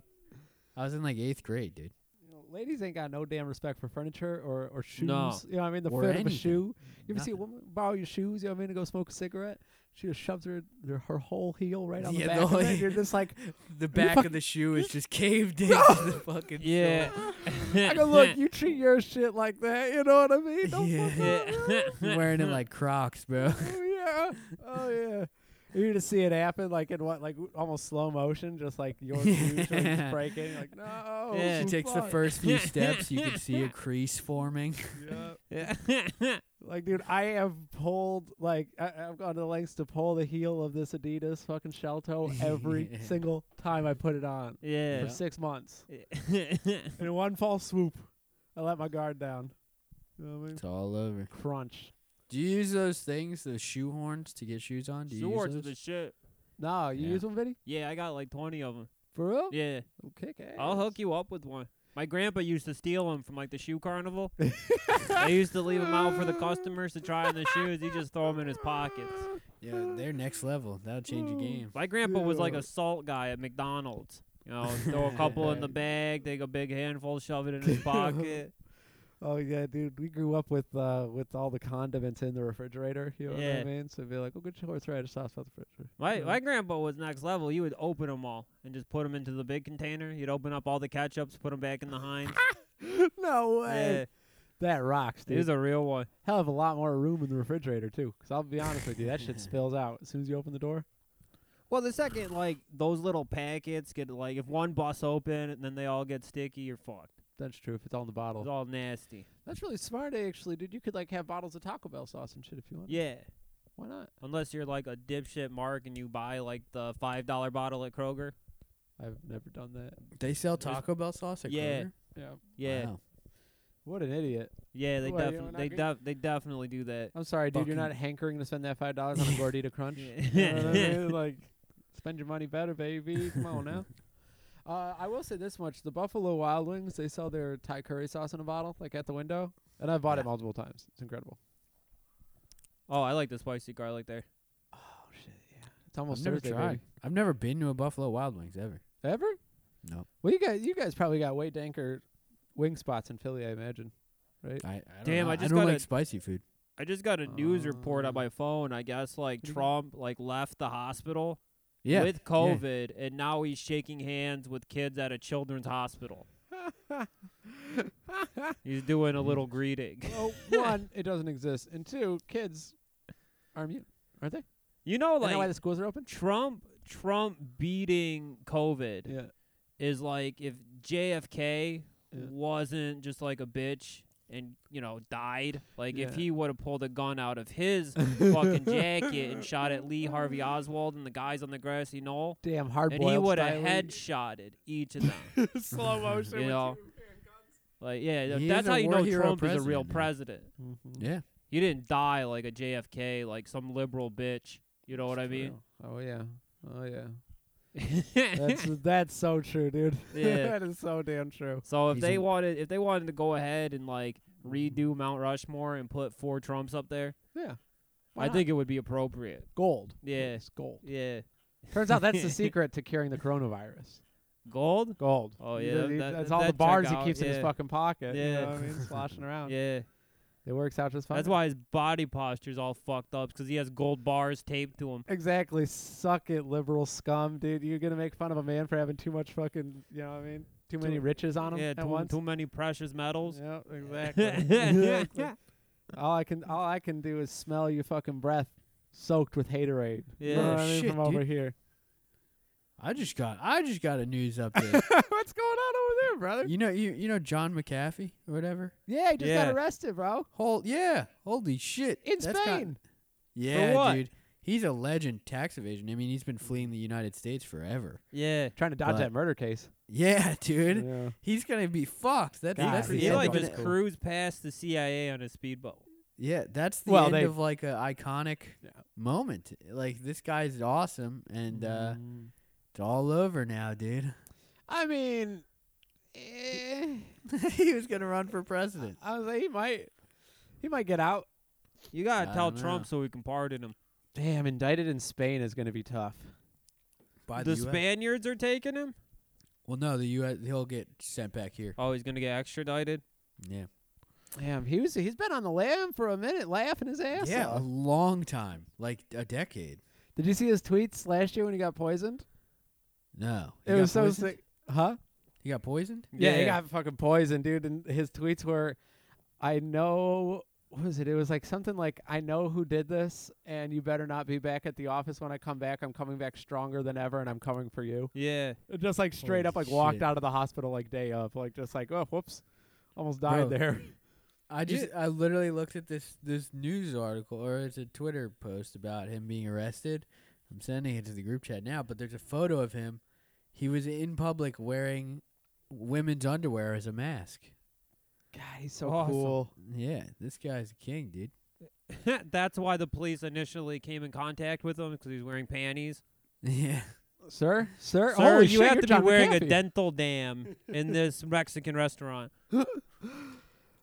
I was in like eighth grade, dude. You know, ladies ain't got no damn respect for furniture or or shoes. No. You know what I mean? The Or fit of a anything. shoe. You ever see a Nothing. woman borrow your shoes? You know what I mean? To go smoke a cigarette. She just shoves her her, her whole heel right on Yeah, the back. the of whole- it, (laughs) and You're just like, The back fuck- of the shoe is just caved in. the fucking yeah. (laughs) I (laughs) go (laughs) look. You treat your shit like that. You know what I mean? Don't fuck Yeah. up. (laughs) wearing it like Crocs, (laughs) bro. oh yeah, oh yeah. You're to see it happen, like in what, like w- almost slow motion, just like (laughs) your shoes like, Yeah. breaking, like no. Yeah. she takes the fuck." first (laughs) few steps. You can see a crease forming. Yeah. (laughs) Yeah. Like, dude, I have pulled, like, I, I've gone to lengths to pull the heel of this Adidas fucking shell toe (laughs) every single time I put it on (laughs) for (laughs) yeah. (laughs) six months. And in one false swoop, I let my guard down. You know what I mean? It's all over. Crunch. Do you use those things, those shoe horns, to get shoes on? Do you Swords are use the those? shit. No, you Yeah. use one, Vinny? Yeah, I got like twenty of them. For real? Yeah, It'll Kick ass. I'll hook you up with one. My grandpa used to steal them from like the shoe carnival. (laughs) I used to leave them out (laughs) for the customers to try on the shoes. He just throw them in his pockets. Yeah, they're next level. That'll change your game. My grandpa was like Yeah. a salt guy at (laughs) (laughs) McDonald's. You know, throw a couple in the bag, take a big handful, shove it in his pocket. Oh yeah, dude, we grew up with uh with all the condiments in the refrigerator. You know what I Yeah. mean? So it'd be like, oh, good horseradish sauce out the refrigerator. My Yeah. my grandpa was next level. He would open them all and just put them into the big container. He'd open up all the ketchups, put them back in the Heinz. (laughs) no yeah, That rocks, he dude. was a real one. Hell of a lot more room in the refrigerator too. Because I'll be honest with you, that shit spills out as soon as you open the door. Well, the second like those little packets get like if one bus open and then they all get sticky, you're fucked. That's true. If it's all in the It's bottle, all nasty. that's really smart, actually, dude. You could like have bottles of Taco Bell sauce and shit if you want. Yeah, Why not? unless you're like a dipshit mark and you buy like the five dollar bottle at Kroger. I've never done that. They sell There's- Taco Bell sauce at Yeah. Kroger? Yeah. Yeah, Wow. What an idiot. yeah, they Why, you definitely not they good? def- they definitely do that. I'm sorry, dude. You're not Fucking- hankering to spend that five dollars on a gordita crunch. You know what (laughs) I Yeah. mean? Like, spend your money better, baby. Come on now. Uh, I will say this much: the Buffalo Wild Wings, they sell their Thai curry sauce in a bottle, like at the window, and I've bought it Yeah. multiple times. It's incredible. (laughs) oh, I like the spicy garlic there. Oh shit! Yeah, it's almost I've never Thursday, tried. baby. I've never been to a Buffalo Wild Wings ever. Ever? No. Well, you guys, you guys probably got way danker wing spots in Philly, I imagine. I, I don't Damn, know. I just don't got like a- spicy food. I just got a news report Uh, on my phone. I guess like do you got? Trump like left the hospital Yeah. with COVID, and now he's shaking hands with kids at a children's hospital. (laughs) He's doing a (laughs) little greeting. Well, one, it doesn't exist, and two, kids are immune, aren't they? You know, Isn't that why like the schools are open? Trump, Trump beating COVID Yeah. is like if JFK Yeah. wasn't just like a bitch and you know died. Like if Yeah. he would have pulled a gun out of (laughs) his fucking jacket and shot at Lee Harvey Oswald and the guys on the grassy knoll. Damn hard and he would have headshotted each of (laughs) them. Slow motion. (laughs) you know, like yeah, th- He that's is a how you war know hero Trump is a real president, man. president. Mm-hmm. Yeah. He didn't die like a JFK, like some liberal bitch. You know what I mean? Oh yeah. (laughs) Oh yeah. That's that's so true, dude. (laughs) Yeah. that is so damn true. so if He's they a- wanted, if they wanted to go ahead and like redo Mount Rushmore and put four Trumps up there, Yeah. I think it would be appropriate. gold. Yeah. It's gold. Yeah, Turns (laughs) out that's the secret to curing the coronavirus. gold. Gold. Oh, You yeah, know, you- that- that's that- all the that check bars out, he keeps in his yeah. fucking pocket. You know Yeah. what I mean? (laughs) Sloshing around. Yeah, It works out just fine. that's why his body posture's all fucked up because he has gold bars taped to him. Exactly. Suck it, liberal scum, dude. You're gonna make fun of a man for having too much fucking you know what I mean? Too many Too- riches on him Yeah, at too, once. too many precious metals. Yeah, exactly. (laughs) exactly. All I can all I can do is smell your fucking breath soaked with haterade. You know Yeah. what I mean? Shit, from over (laughs) here. I just got I just got a (laughs) news update. What's going on over there, brother? you know you you know John McAfee or whatever? Yeah, he just Yeah. got arrested, bro. Hol yeah. Holy shit. In That's got- Spain. yeah, what? dude. He's a legend tax evasion. I mean, he's been fleeing the United States forever. (laughs) Yeah. Trying to dodge But- that murder case. Yeah, dude. Yeah. He's gonna be fucked. That's God, that's he the He end like of just it. cool. cruised past the CIA on his speedboat. Yeah, that's the Well, end they- of like a iconic moment. Like this guy's awesome, and uh, Mm-hmm. it's all over now, dude. Mm. (laughs) I mean eh, he was gonna run for president. I was like he might he might get out. You gotta I tell don't Trump know. so we can pardon him. Damn, indicted in Spain is gonna be tough. By the the, US. Spaniards are taking him. Well, no, the U.S. He'll get sent back here. Oh, he's gonna get extradited. Yeah. Damn, he was he's been on the lam for a minute, laughing his ass yeah, a off. long time, like a decade. Did you see his tweets last year when he got poisoned? No, It was so sick. Huh? He got poisoned. Yeah, he got fucking poisoned, dude. And his tweets were, I know, what was it? It was like something like, I know who did this, and you better not be back at the office when I come back. I'm coming back stronger than ever, and I'm coming for you. Yeah. Just like straight Holy up, like walked shit. out of the hospital like day of, like just like, oh, whoops, almost died Bro. there. I just, I literally looked at this this news article, or it's a Twitter post about him being arrested. I'm sending it to the group chat now, but there's a photo of him. He was in public wearing women's underwear as a mask. (laughs) God, he's so Awesome. cool. Yeah, this guy's a king, dude. (laughs) (laughs) That's why the police initially came in contact with him because he's wearing panties. Yeah. Sir, sir, Sir, holy you shit, have you're to John be wearing a (laughs) McAfee. dental dam in this Mexican restaurant.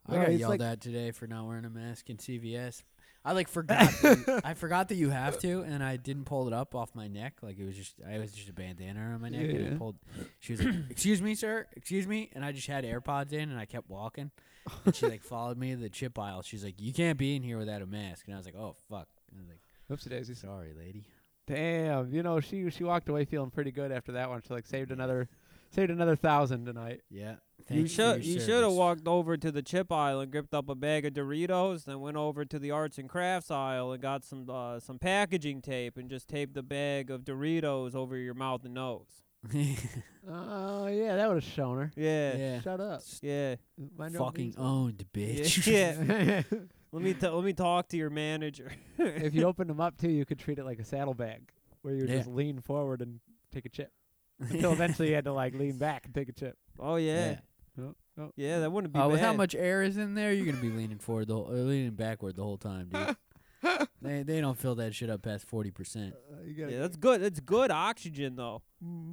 I No, got he's like- yelled at today for not wearing a mask in CVS. I like forgot. that (laughs) you- I forgot that you have to, and I didn't pull it up off my neck. Like it was just, I was just a bandana around my neck, and Yeah. I pulled. She was like, "Excuse me, sir. Excuse me," and I just had AirPods in, and I kept walking. And she like followed me to the chip aisle. She's like, "You can't be in here without a mask," and I was like, "Oh fuck." And I was like, Oopsie daisies. "Sorry, lady." Damn, you know she she walked away feeling pretty good after that one. She like saved another saved another thousand tonight. Yeah. Thank You for should your you should have service. walked over to the chip aisle and gripped up a bag of Doritos, then went over to the arts and crafts aisle and got some uh, some packaging tape and just taped the bag of Doritos over your mouth and nose. Oh yeah, that would have shown her. Yeah, yeah. Shut up, yeah. Mind your own (laughs) Fucking um. business. owned, (laughs) bitch. Yeah. (laughs) Let me t- let me talk to your manager. (laughs) if you opened them up too, you could treat it like a saddlebag, where you would Yeah. just lean forward and take a chip. (laughs) Until eventually you had to like lean back and take a chip. oh yeah, yeah, Yeah. No, no. that wouldn't be Oh, with how bad. much air is in there, you're gonna be leaning forward the whole, or leaning backward the whole time, dude. (laughs) they they don't fill that shit up past forty percent. Uh, you gotta Yeah, that's good. That's good oxygen though.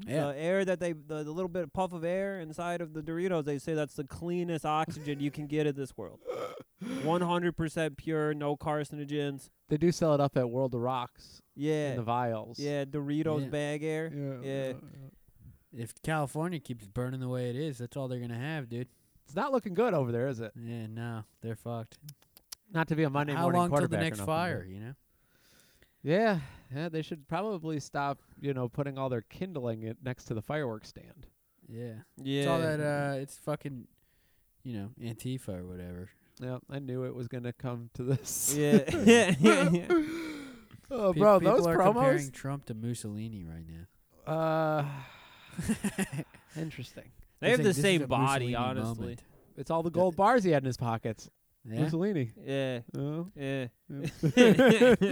Yeah, The air that they the, the little bit of puff of air inside of the Doritos, they say that's the cleanest oxygen you can get in this world. (laughs) 100% pure, no carcinogens. They do sell it up at World of Rocks in Yeah. the vials. Yeah, Doritos Yeah. bag air. Yeah. if California keeps burning the way it is, that's all they're gonna have, dude. It's not looking good over there, is it? Yeah, no, they're fucked. Not to be a Monday how morning long till quarterback the or next nothing, but- fire? You know? Yeah, yeah. They should probably stop, you know, putting all their kindling it next to the fireworks stand. Yeah. Yeah. It's all that. Uh, it's fucking, you know, Antifa or whatever. Yeah, I knew it was gonna come to this. (laughs) yeah. (laughs) (laughs) yeah. yeah. (laughs) oh, Pe- bro, people those are comparing promos. Trump to Mussolini right (laughs) now. Uh, interesting. They It's have the like, this is same a body, Mussolini honestly. moment. It's all the gold bars he had in his pockets. Yeah? Mussolini. Yeah. (laughs) Oh, (laughs) Yeah. (laughs) yeah. (laughs)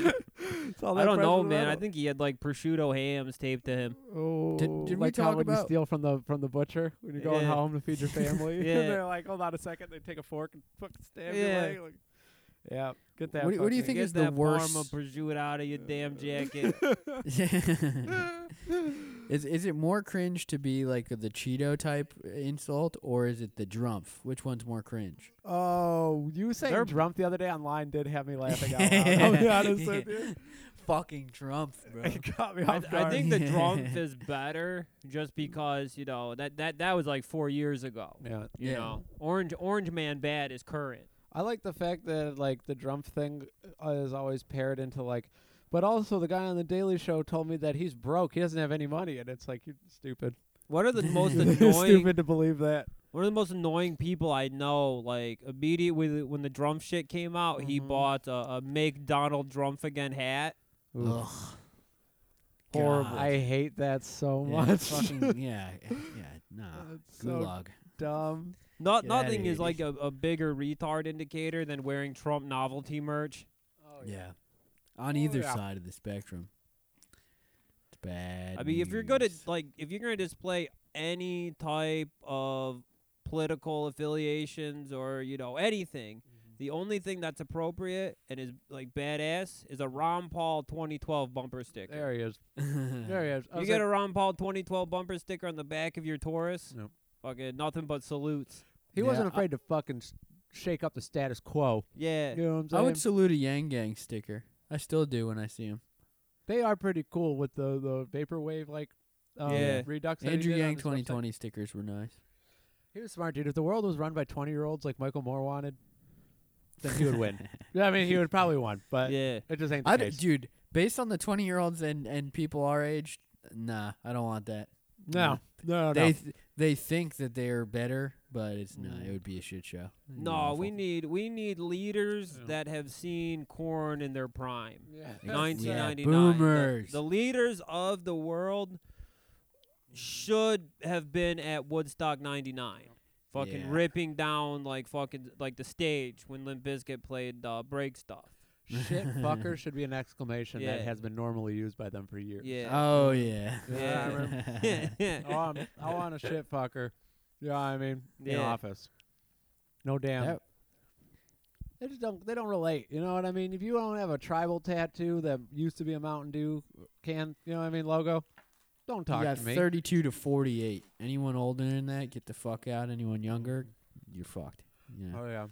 It's all I that don't know, President man. I Ronald. think he had like prosciutto hams taped to him. Oh, did we like how talk when you about- steal from the from the butcher when you're going Yeah. home to feed your family? (laughs) and Yeah. they're like, hold on a second. They take a fork and fucking stab Yeah. your leg. Like, yeah, get that. What do you- what do you fucking- think Get is the that Parma worst- prosciutto out of (laughs) your damn jacket. (laughs) is is it more cringe to be like the Cheeto type insult or is it the Drumpf? Which one's more cringe? Oh, you saying They're- Trump the other day online did have me laughing out loud. (laughs) (laughs) I'll be honest with you. Fucking Drumpf, bro. It got (laughs) me I, off th- guard. I think the Trump is better just because, you know, that, that, that was like four years ago. yeah. You Yeah. know, Orange Orange Man Bad is current. I like the fact that like the Trump thing uh, is always paired into like, but also the guy on the Daily Show told me that he's broke. He doesn't have any money, and it's like you're stupid. What (laughs) are the most (laughs) You're annoying stupid to believe that. One of the most annoying people I know, like immediately when the drum shit came out, Mm-hmm. he bought a, a make Donald Trump again hat. Ugh. Horrible. God. I hate that so yeah, much. (laughs) fucking, yeah, yeah, nah. It's (laughs) so Gulag. dumb. Not Get outta nothing here, is like a, a bigger retard indicator than wearing Trump novelty merch. yeah. On Oh, either yeah. side of the spectrum. It's bad. I mean, if you're good at news. like, if you're gonna display any type of political affiliations or you know anything, Mm-hmm. the only thing that's appropriate and is like badass is a Ron Paul 2012 bumper sticker. There he is. (laughs) There (laughs) he is. I You was get like, a Ron Paul 2012 bumper sticker on the back of your Taurus. Yep. Fucking nothing but salutes. he Yeah, wasn't I- afraid to fucking s- shake up the status quo. Yeah. You know what I'm saying? I would salute a Yang Gang sticker. I still do when I see him. they are pretty cool with the the vaporwave like um, Yeah. redux. that he Andrew did on Yang his website. 2020 stickers were nice. He was smart, dude. If the world was run by 20 year olds like Michael Moore wanted, then he would (laughs) win. Yeah, I mean, he would probably win, but yeah. it just ain't the I d- case. dude, based on the twenty year olds and and people our age, nah, I don't want that. no, no, Oh, no. Mm. They no. th- they think that they are better, but it's not. It would be a shit show. It'd be No, we awful. need we need leaders that have seen corn in their prime. Yeah, 1999. The- boomers. The, leaders of the world should have been at Woodstock 99. Fucking Yeah. ripping down like fucking like the stage when Limp Bizkit played uh, break stuff. (laughs) (laughs) Shit fucker should be an exclamation that Yeah. has been normally used by them for years. Yeah. Oh yeah. (laughs) Yeah, I (laughs) (laughs) yeah. (laughs) Oh, I'm, I want a shit fucker. Yeah, I mean, in Yeah. office. No damn. That- They just don't. They don't relate. You know what I mean? If you don't have a tribal tattoo that used to be a Mountain Dew can, you know what I mean? Logo. Don't you talk got to me. thirty two to forty eight. Anyone older than that, get the fuck out. Anyone younger, you're fucked. Yeah. Oh yeah.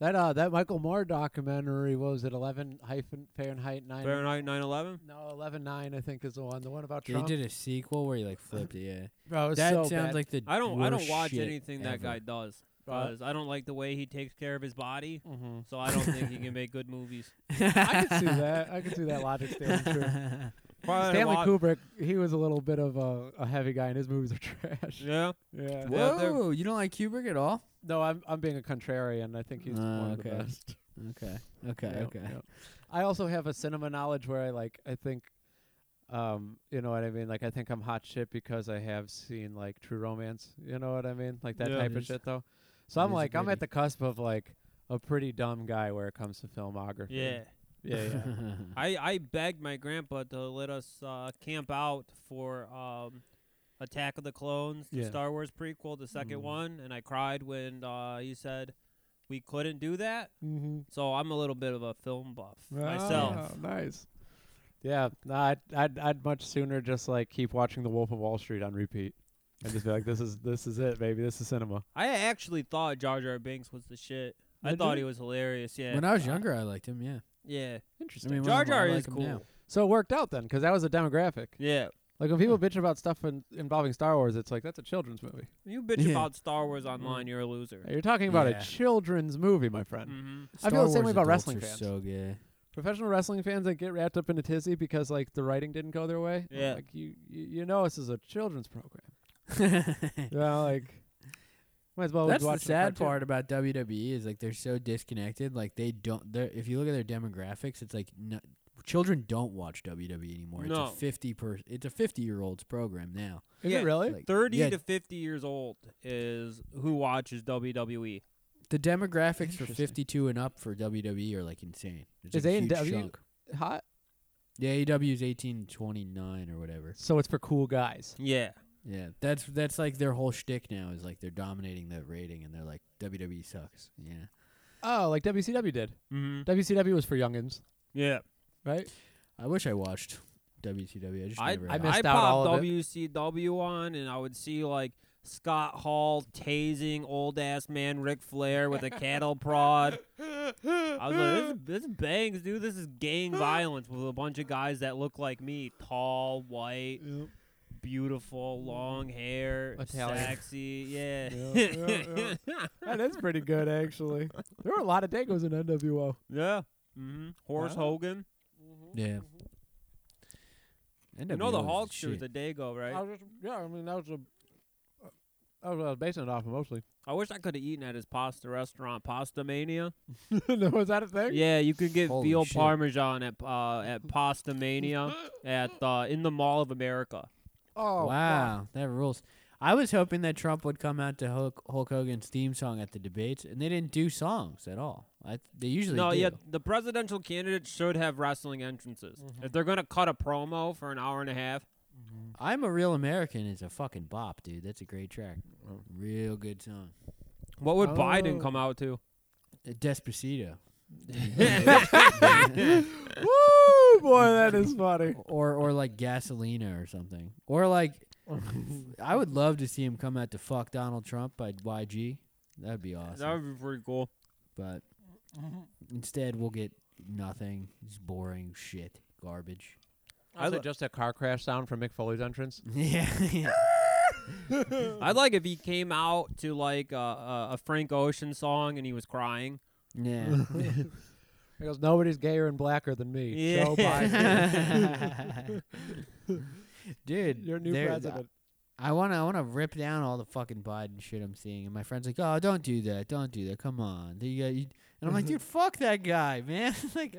That uh, that Michael Moore documentary what was it eleven hyphen Fahrenheit nine Fahrenheit 9/11. no eleven nine I think is the one the one about They Trump. did a sequel where he like flipped it. Yeah, Bro, it was that so sounds bad. like the I don't I don't worst watch shit anything that ever. (laughs) guy does. What? 'cause I don't like the way he takes care of his body, Mhm. so I don't think he can make good movies. I could see that. I could see that logic standing true. Probably Stanley wa- Kubrick, he was a little bit of a, a heavy guy, and his movies are (laughs) trash. Yeah. Yeah. Yeah, they're- Whoa, you don't like Kubrick at all? No, I'm I'm being a contrarian. I think he's Ah, one of the okay. best. Okay, okay, Yeah, okay. yeah. I also have a cinema knowledge where I like I think, um, you know what I mean. Like I think I'm hot shit because I have seen like True Romance. You know what I mean? Like that Yeah. type of There's- shit though. So there's I'm a like I'm goodie. at the cusp of like a pretty dumb guy where it comes to filmography. Yeah. Yeah. yeah. (laughs) I, I begged my grandpa to let us uh, camp out for um, Attack of the Clones, the Yeah. Star Wars prequel, the second Mm. one, and I cried when uh, he said we couldn't do that. mm-hmm. So I'm a little bit of a film buff Oh, Ah, myself. nice. Yeah, nah, I'd, I'd I'd much sooner just like keep watching The Wolf of Wall Street on repeat, and just be like, this is this is it, baby, this is cinema. I actually thought Jar Jar Binks was the shit. I Did thought you? he was hilarious. Yeah. when I was younger, I liked him. Yeah, yeah. Interesting. I mean, Jar when I Jar like is him cool. now. so it worked out then, because that was a demographic. Yeah. Like when people bitch about stuff in, involving Star Wars, it's like that's a children's movie. You bitch Yeah. Mm-hmm. about Star Wars online, you're a loser. You're talking about Yeah. Mm. a children's movie, my friend. Mm-hmm. I feel Star the same Wars way about adults wrestling are fans. So (laughs) gay. (laughs) Professional wrestling fans that get wrapped up in a tizzy because like the writing didn't go their way. Yeah. like you you, you know this is a children's program. yeah, like (laughs) might as well That's the watch sad cartoon. part about WWE is like they're so disconnected. Like they don't. They're, if you look at their demographics, it's like no, children don't watch WWE anymore. No. It's a fifty per. It's a fifty year olds program now. Is Yeah, it really? Like, 30 yeah, to 50 years old is who watches E. WWE. the demographics for Interesting. fifty two and up for WWE are like insane. It's Is like a huge A&W chunk. hot. Yeah, AEW is eighteen twenty nine or whatever. So it's for cool guys. Yeah. Yeah, that's that's like their whole shtick now is like they're dominating that rating and they're like WWE sucks. Yeah, Oh, like WCW did. Mm-hmm. WCW was for youngins, Yeah. right? I wish I watched WCW. I just I, never. I, have. missed out popped all of it. WCW on, and I would see like Scott Hall tasing old ass man Ric Flair with a cattle prod. I was like, this, this bangs, dude. This is (laughs) gang violence with a bunch of guys that look like me, tall, white, beautiful, long hair, Italian. sexy. Yeah. (laughs) Yeah, That is pretty good, (laughs) actually. There were a lot of Dagos in NWO. Yeah. Mm-hmm. Horace Wow. Hogan. Yeah. You know the NWO is Hulkster's a shit. Dago, I right? was just- yeah, I mean, that was a. uh, That was what I was basing it off of mostly. I wish I could have eaten at his pasta restaurant, Pasta Mania. no, was (laughs) that a (laughs) thing? Yeah, you could get Holy veal shit. parmesan at uh, at Pasta Mania at uh, in the Mall of America. Oh, wow, that rules. I was hoping that Trump would come out to Hulk, Hulk Hogan's theme song at the debates, and they didn't do songs at all. I, th- they usually no, do. yeah, the presidential candidates should have wrestling entrances. If they're gonna cut a promo for an hour and a half, I'm a real American is a fucking bop, dude. That's a great track. Real good song. what would Oh. Biden come out (laughs) to? Uh, Despacito. (laughs) (laughs) Woo, boy, that is (laughs) funny. or or like Gasolina or something. Or like I would love to see him come out to fuck Donald Trump by YG. That'd be awesome. That would be pretty cool. but Mm-hmm. instead we'll get nothing. It's boring shit, (laughs) garbage. (laughs) I lo- just a car crash sound from Mick Foley's entrance. yeah, I'd like if he came out to like a, a, a Frank Ocean song and he was crying. yeah. (laughs) (laughs) He goes, nobody's gayer and blacker than me. Yeah. Joe Biden, (laughs) Dude, your new there- president. I want to I want to rip down all the fucking Biden shit I'm seeing, and my friends like, oh, don't do that, don't do that, come on. You got- you-" And I'm like, (laughs) dude, fuck that guy, man. (laughs) like,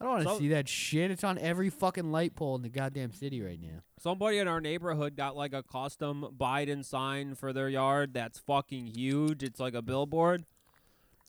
I don't want to So- see that shit. It's on every fucking light pole in the goddamn city right now. Somebody in our neighborhood got like a custom Biden sign for their yard that's fucking huge. It's like a billboard.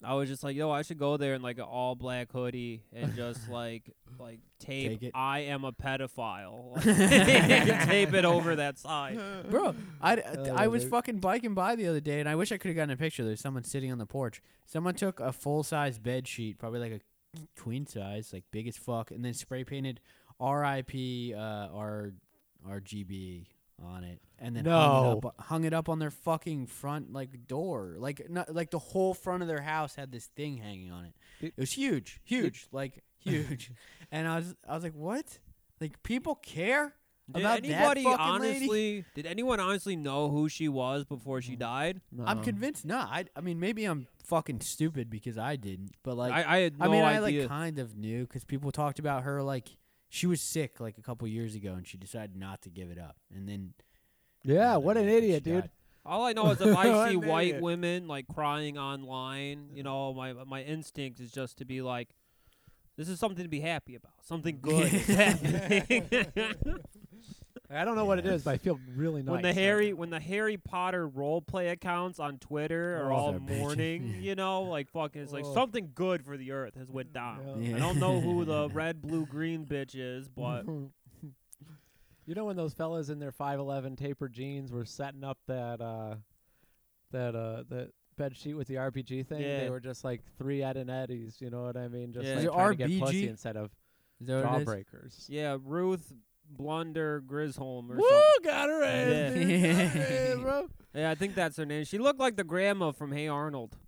I was just like, yo, I should go there in like an all black hoodie and just like like Take it. tape I am a (laughs) pedophile. Like, tape it over that sign. (laughs) Bro, I, Oh, I was dude. fucking biking by the other day, and I wish I could have gotten a picture. There's someone sitting on the porch. Someone took a full size bed sheet, probably like a queen size, like big as fuck, and then spray painted "R.I.P. Uh, R RGB on it and then hung, it No. up, hung it up on their fucking front like door like not, like the whole front of their house had this thing hanging on it It- it was huge huge like huge (laughs) and i was i was like what like people care Did about anybody that fucking lady? Mm. honestly? Did anyone honestly know who she was before she died? i'm No. convinced not i i mean maybe i'm fucking stupid because i didn't but like I, I had no I mean, I idea. like kind of knew because people talked about her like she was sick like a couple years ago and she decided not to give it up, and then Yeah, uh, what an she idiot, dude. died. All I know is if I What see an white idiot. women like crying online, you know, my my instinct is just to be like, "This is something to be happy about. Something good is happening." (laughs) I don't know what it Yeah. is, but I feel really nice. when the Harry when the Harry Potter role play accounts on Twitter are Oh, all they're bitching. mourning, (laughs) you know, like fucking, it's like Oh. something good for the Earth has went down. (laughs) Yeah. I don't know who the red, blue, green bitch is, (laughs) but (laughs) you know when those fellas in their 5'11 tapered jeans were setting up that uh that uh that bed sheet with the RPG thing? Yeah. They were just like three Ed and Eddies, you know what I mean? Just Yeah. like Is it trying to get RBG? pussy instead of (laughs) Is that what it is? jawbreakers. yeah, Ruth Blunder Grisholm or Woo, something. got her Yeah. (laughs) ass, dude, got her ass, (laughs) bro. Yeah, I think that's her name. She looked like the grandma from Hey Arnold. (laughs) (laughs)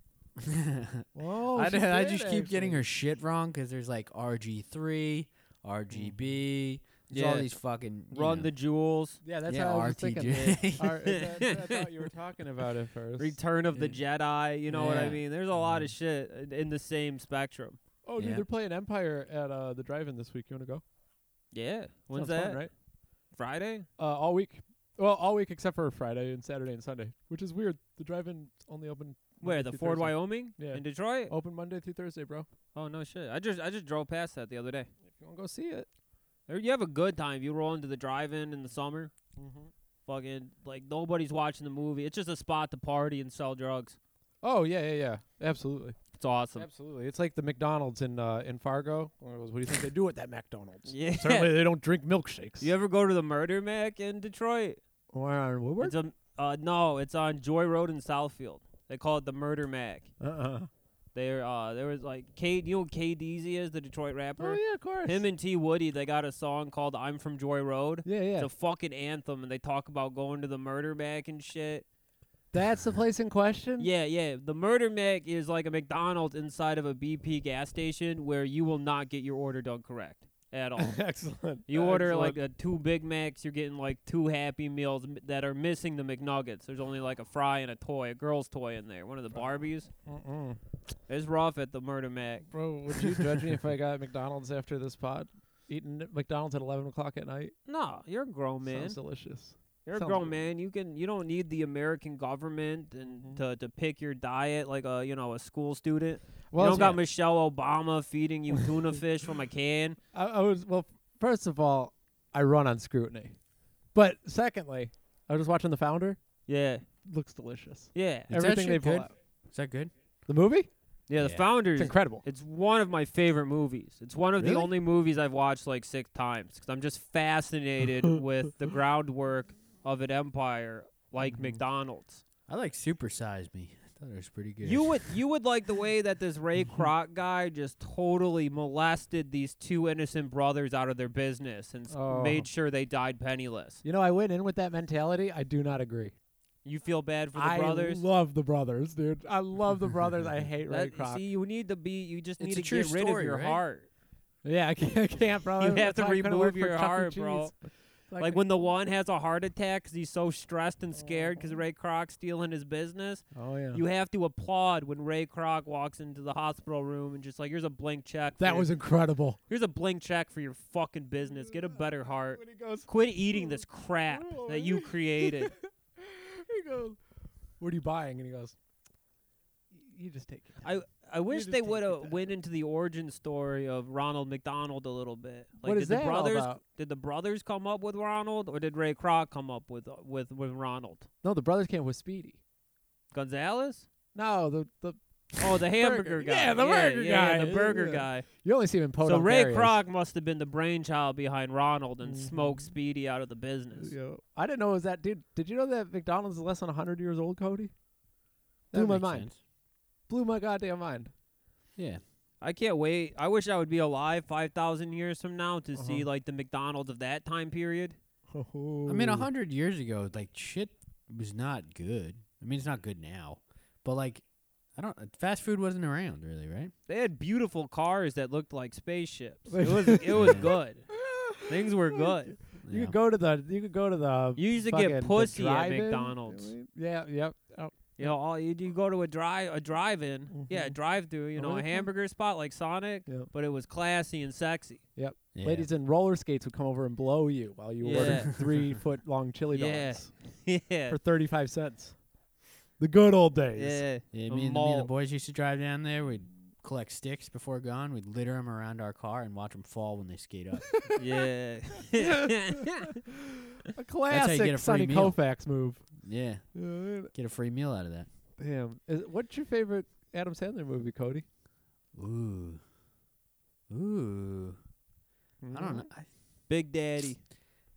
Oh, Whoa, I, she d- I did, just keep getting actually. her shit wrong because there's like RG three, RGB, there's all Yeah. these fucking you Run know. the jewels. Yeah, that's Yeah, how I was just RTJ. thinking. Ar- (laughs) that- that's what I thought you were talking about at first. Return of the Jedi. You know what I Yeah. mean? There's a lot Mm-hmm. of shit in- in the same spectrum. Oh, dude, Yeah. they're playing Empire at uh, the drive-in this week. You want to go? Yeah. When's Sounds that? fun, right? Friday? Uh, all week. Well, all week except for Friday and Saturday and Sunday, which is weird. The drive-in only open Where? Monday The through Ford, Thursday. Wyoming? Yeah. In Detroit? Oh. Open Monday through Thursday, bro. no shit. I just I just drove past that the other day. If you want to go see it, There- You have a good time. You roll into the drive in in the summer. Mm-hmm. Mhm. Fucking like nobody's watching the movie. It's just a spot to party and sell drugs. Oh yeah, yeah, yeah. Absolutely, It's awesome. absolutely. It's like the McDonald's in uh, in Fargo. Well, it was, What do you think they do at that McDonald's? (laughs) Yeah. Certainly, they don't drink milkshakes. You ever go to the Murder Mac in Detroit? Where on Woodward? It's a, uh, no, it's on Joy Road in Southfield. They call it the Murder Mac. Uh-uh. There, uh, there was like K. You know who K. Deasy is the Detroit Oh rapper. yeah, of course. Him and T. Woody, they got a song called "I'm from Joy Road." yeah, yeah. It's a fucking anthem, and they talk about going to the Murder Mac and shit. That's the place in question. Yeah, yeah. The Murder Mac is like a McDonald's inside of a BP gas station where you will not get your order done correct at all. (laughs) (laughs) Excellent. You order like a two Big Macs, you're getting like two Happy Meals m- that are missing the McNuggets. There's only like a fry and a toy, a girl's toy in there, one of the Barbies. Mm-mm. It's rough at the Murder Mac. Bro, would you judge me if I got (laughs) McDonald's after this pod? Eating at McDonald's at eleven o'clock at night No, you're a grown man. sounds delicious. You're a sounds grown good. man. You can you don't need the American government and Mhm. to, to pick your diet like a you know a school student. you Well, don't it's- got Michelle Obama feeding you (laughs) tuna fish from a can. I, I was well. First of all, I run on scrutiny, but secondly, I was just watching The Founder. Yeah, Looks delicious. yeah, that Everything shit they pull good? out. Is that good? The movie, yeah. The Yeah. founders. it's incredible. It's one of my favorite movies. It's one of the Really? only movies I've watched like six times because I'm just (laughs) fascinated with the groundwork of an empire like Mm-hmm. McDonald's. I like supersize me. I thought it was pretty good. You would you would like the way that this Ray Mm-hmm. Kroc guy just totally molested these two innocent brothers out of their business and s- Oh. made sure they died penniless. You know, I went in with that mentality. I do not agree. You feel bad for the I brothers. love the brothers, dude. I love the (laughs) brothers. I hate Ray That- Kroc. see, you need to be. You just It's need to a true get rid of story, your right? heart. yeah, I can't, I can't bro. (laughs) You That's have to why I couldn't remove work for your Chuck E. heart, bro. Cheese. It's Like when the one has a heart attack 'cause he's so stressed and scared 'cause Ray Kroc's stealing his business. Oh yeah. You have to applaud when Ray Kroc walks into the hospital room and just like, here's a blank check. for that your- was incredible. here's a blank check for your fucking business. Get a better heart. When he goes, Quit eating (laughs) this crap that you created. he goes, "What are you buying?" And he goes, "You just take it." I I wish just they take would it have back. went into the origin story of Ronald McDonald a little bit. Like, What did is the that all brothers about? did the brothers come up with Ronald or did Ray Kroc come up with uh, with with Ronald No, the brothers came with Speedy. Gonzalez? No, the the Oh, the hamburger (laughs) Burger. guy. Yeah, the burger yeah, yeah, guy. the burger Yeah. guy. you only see him in Podunk So Ray areas. Kroc must have been the brainchild behind Ronald and smoked Mhm. Speedy out of the business. Yeah. I didn't know it was that dude. Did you know that McDonald's is less than hundred years old, Cody? Blew That my makes mind. sense. Blew my goddamn mind. Yeah. I can't wait. I wish I would be alive 5,000 years from now to Uh-huh. see like the McDonald's of that time period. I (laughs) mean, a hundred years ago, like shit was not good. I mean, it's not good now, but like, I don't. Fast food wasn't around really, right? They had beautiful cars that looked like spaceships. It (laughs) was it was Yeah. good. Things were good. You Yeah. could go to the. You could go to the. You used to fucking- get the pussy at drive-in. McDonald's. Yeah. Yep. Oh, You know, all you, you go to a drive a drive-in, yeah, Mhm. drive-through. You Oh, know, really? a hamburger spot like Sonic, Yep. but it was classy and sexy. (laughs) Yeah. Ladies in roller skates would come over and blow you while you were Yeah. (laughs) ordered three foot long chili dogs Yeah. yeah, for thirty five cents. The good old days. yeah. Yeah, A me and, me and the malt. boys used to drive down there. We'd collect sticks before gone. We'd litter them around our car and watch them fall when they (laughs) skate up. yeah. A classic get a free Sonny meal. Koufax move. yeah, Uh, get a free meal out of that. Damn. Is, what's your favorite Adam Sandler movie, Cody? Ooh, ooh. I Mm. don't Mm-hmm. know. I, (laughs) Big Daddy.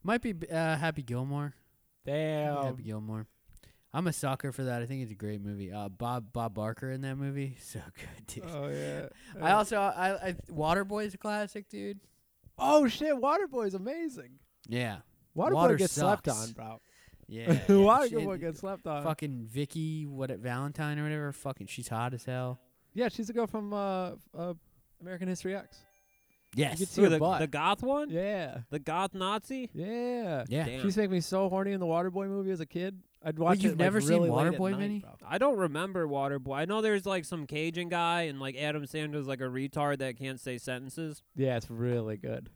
might be b- uh, Happy Gilmore. Maybe Damn. Happy Gilmore. I'm a sucker for that. I think it's a great movie. Uh, Bob Bob Barker in that movie, (laughs) so good, dude. Oh yeah. I also I, I Waterboy's a classic, dude. Oh shit, Waterboy's amazing. Yeah, Waterboy Water gets slept sucks. on, bro. (laughs) (laughs) yeah. yeah. Waterboy She- gets slept on. fucking Vicky, what at Valentine or whatever. Fucking, she's hot as hell. Yeah, she's a girl from uh, uh, American History X. Yes. could see Who, her the, butt. the goth one? Yeah. The goth Nazi? Yeah. yeah. Damn. She used to make me so horny in the Waterboy movie as a kid. I'd watch you've it, never like, seen really late at Waterboy, night, Vinny? bro. I don't remember Waterboy. I know there's like some Cajun guy and like Adam Sandler's like a retard that can't say sentences. Yeah, it's really good.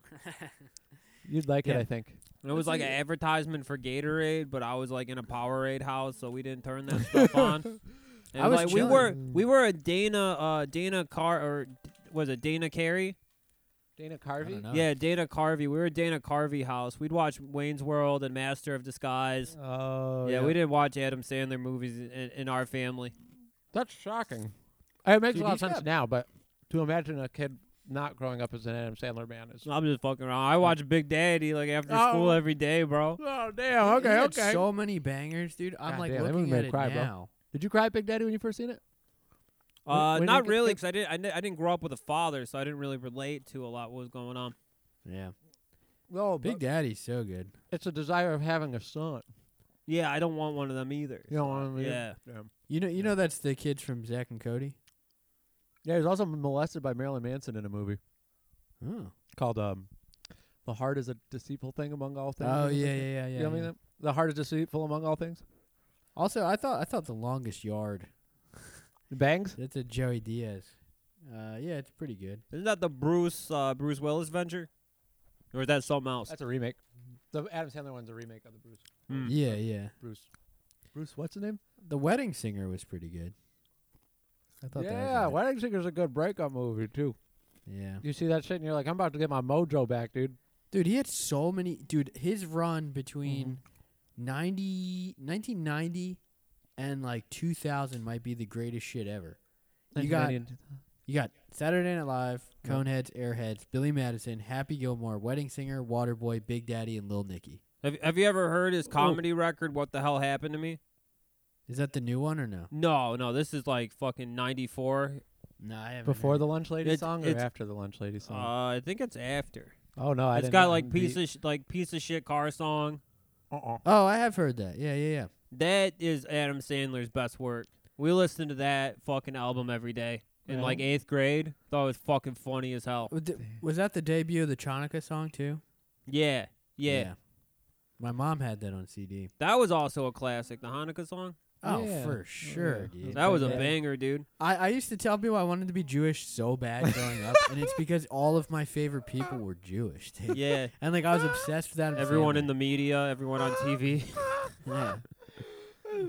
You'd like it, Yeah. I think. And it was like an advertisement for Gatorade, but I was like in a Powerade house, so we didn't turn that (laughs) stuff (laughs) on. And I was like we were chilling. we were a Dana uh Dana Car or d- was it Dana Carey? Dana I Carvey. don't know. Yeah, Dana Carvey. We were a Dana Carvey house. We'd watch Wayne's World and Master of Disguise. Oh. yeah, we didn't watch Adam Sandler movies in, in our family. That's shocking. It makes Dude, a lot of he's sense got- now, but to imagine a kid not growing up as an Adam Sandler man is. (laughs) I'm just fucking around. I watch Big Daddy like after Oh. school every day, bro. Oh damn! He Okay, had okay. So many bangers, dude. I'm God like damn, that movie looking made at me it cry, bro. now. Did you cry, Big Daddy, when you first seen it? Uh, when not you get really, kicked- because I didn't. I, didn't- I didn't grow up with a father, so I didn't really relate to a lot what was going on. Yeah. No, Big Daddy's so good. It's a desire of having a son. Yeah, I don't want one of them either. You know what I mean? Yeah. You know, you know that's the kids from Zach and Cody. Yeah, he was also molested by Marilyn Manson in a movie Oh. called um, "The Heart Is a Deceitful Thing Among All Things." Oh or something. yeah, yeah, yeah, yeah. You know what I yeah. mean? The heart is deceitful among all things. Also, I thought I thought the longest yard. Bangs. That's a Joey Diaz. Uh, yeah, it's pretty good. Isn't that the Bruce uh, Bruce Willis venture, or is that something else? That's a remake. The Adam Sandler one's a remake of the Bruce. Mm. Yeah, yeah. Bruce. Bruce, what's the name? The Wedding Singer was pretty good. I thought that. yeah, was Wedding Singer's a good breakup movie too. good. Yeah. You see that shit and you're like, I'm about to get my mojo back, dude. Dude, he had so many. Dude, his run between Mm-hmm. ninety nineteen ninety 1990 and like 2000 might be the greatest shit ever. You got 1990. you got Saturday Night Live, Yeah. Coneheads, Airheads, Billy Madison, Happy Gilmore, Wedding Singer, Waterboy, Big Daddy, and Lil Nicky. Have, have you ever heard Oh. his comedy record? What the hell happened to me? Is that the new one or no? No, no, this is like fucking '94. No, I haven't. before heard the lunch lady It's- song or it's- after the lunch lady Uh, song. I think it's after. oh no, I it's didn't got like the- piece of sh- like piece of shit car song. (laughs) Uh-uh. it. Oh, I have heard that. Yeah, yeah, yeah. That is Adam Sandler's best work. We listened to that fucking album every day in Yeah. like eighth grade. Thought it was fucking funny as hell. Was th- Was that the debut of the Chonica song too? Yeah, yeah. My mom had that on CD. That was also a classic. The Hanukkah song. Oh, Yeah. Oh, for sure, yeah. dude. That was a Yeah. banger, (laughs) dude. I, I used to tell people I wanted to be Jewish so bad growing up, and it's because all of my favorite people were Jewish. Dude. Yeah. And like I was obsessed with Adam Everyone in the media, everyone on TV. yeah.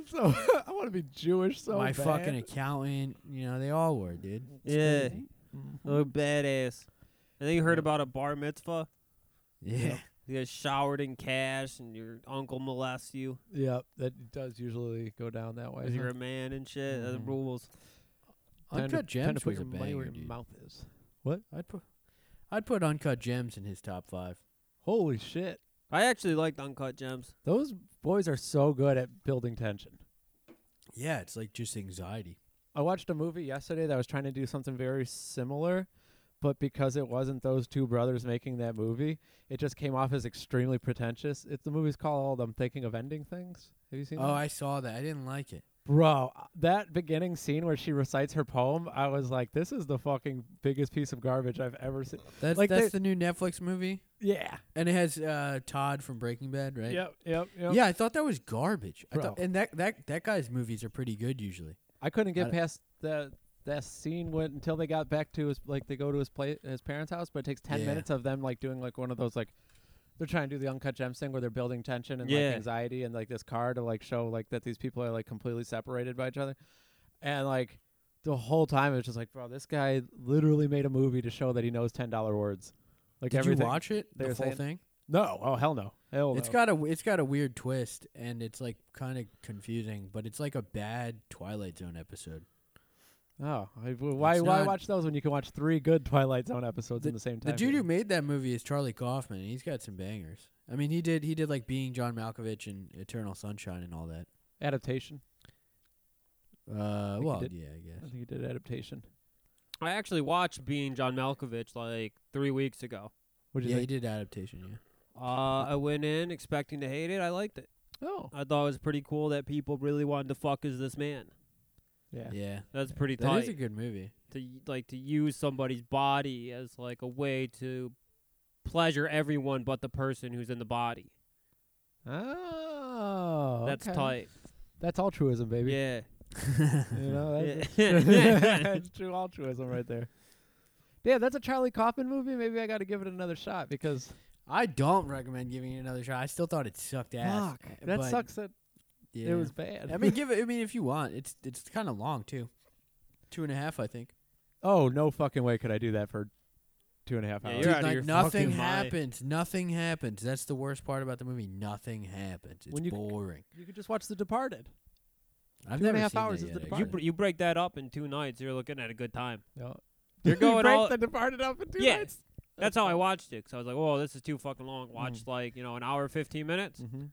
So (laughs) I want to be Jewish (laughs) so my bad. fucking accountant, you know, they all were, dude. It's Yeah. crazy. Look Oh, badass. And then you heard about a bar mitzvah. Yeah. You get showered in cash and your uncle molests you (laughs) Yep, that does usually go down that way. because Uh-huh. you're huh? a man and shit. That's Mm-hmm. Mhm. rules. Time to- Uncut time to Gems put was a your money banger, where your dude. mouth is. I'd put I'd put Uncut Gems in his top five. Holy shit. I actually liked Uncut Gems. Those boys are so good at building tension. Yeah, it's like just anxiety. I watched a movie yesterday that was trying to do something very similar, but because it wasn't those two brothers making that movie, it just came off as extremely pretentious. It's the movie's called "I'm Thinking of Ending Things." Have you seen? Oh, that? I saw that. I didn't like it. Bro, uh, that beginning scene where she recites her poem, I was like, "This is the fucking biggest piece of garbage I've ever seen." That's Like that's they- the new Netflix movie, Yeah. and it has uh, Todd from Breaking Bad, right? Yep. Yep. Yep. Yeah, I thought that was garbage. I thought, Bro. and that that that guy's movies are pretty good usually. I couldn't I- get past that that scene went until they got back to his like they go to his play his parents' house, but it takes ten Yeah. minutes of them like doing like one of those like they're trying to do the uncut gems thing where they're building tension and Yeah. like anxiety and like this car to like show like that these people are like completely separated by each other, and like the whole time it's just like bro, this guy literally made a movie to show that he knows ten dollar words. Like Did you everything. watch it? they The whole were saying- thing. No, oh hell no, hell It's no. got a it's got a weird twist, and it's like kind of confusing, but it's like a bad Twilight Zone episode. Oh, I- why It's why not- watch those when you can watch three good Twilight Zone episodes in the same time? The dude who period? made that movie is Charlie Kaufman, and he's got some bangers. I mean, he did he did like Being John Malkovich and Eternal Sunshine and all that. adaptation. Uh, he well, did. yeah, I guess. I think he did adaptation. I actually watched Being John Malkovich like three weeks ago. What do you Yeah, he think? did adaptation. Yeah. Uh, I went in expecting to hate it. I liked it. Oh, I thought it was pretty cool that people really wanted to fuck as this man. yeah. Yeah. That's pretty That tight. is a (laughs) good movie. to y- like to use somebody's body as like a way to pleasure everyone but the person who's in the body. Oh, That's okay. tight. That's altruism, baby. Yeah. You (laughs) know, that's, Yeah. (laughs) that's true altruism right there. Yeah, that's a Charlie Kaufman movie. Maybe I got to give it another shot because (laughs) I don't recommend giving it another shot. I still thought it sucked ass. fuck, uh, that but, sucks. That yeah. it was bad. I mean, give it. I mean, if you want, it's it's kind of long too. Two and a half, I think. (laughs) oh no fucking way could I do that for two and a half Yeah, hours. You're Dude, outta like your nothing fucking mind. happens. Nothing happens. That's the worst part about the movie. Nothing happens. It's When you c- boring. you could just watch The Departed. I've two and never a half seen that hours is yet, The actually. You Department. br- you break that up in two nights, you're looking at a good time. No, (laughs) You're going break all- The Departed up in two Yeah. nights. Hmm. That's how I watched it. Cause I was like, "Whoa, this is too fucking long." Watched like you know an hour fifteen minutes, Mm-hmm.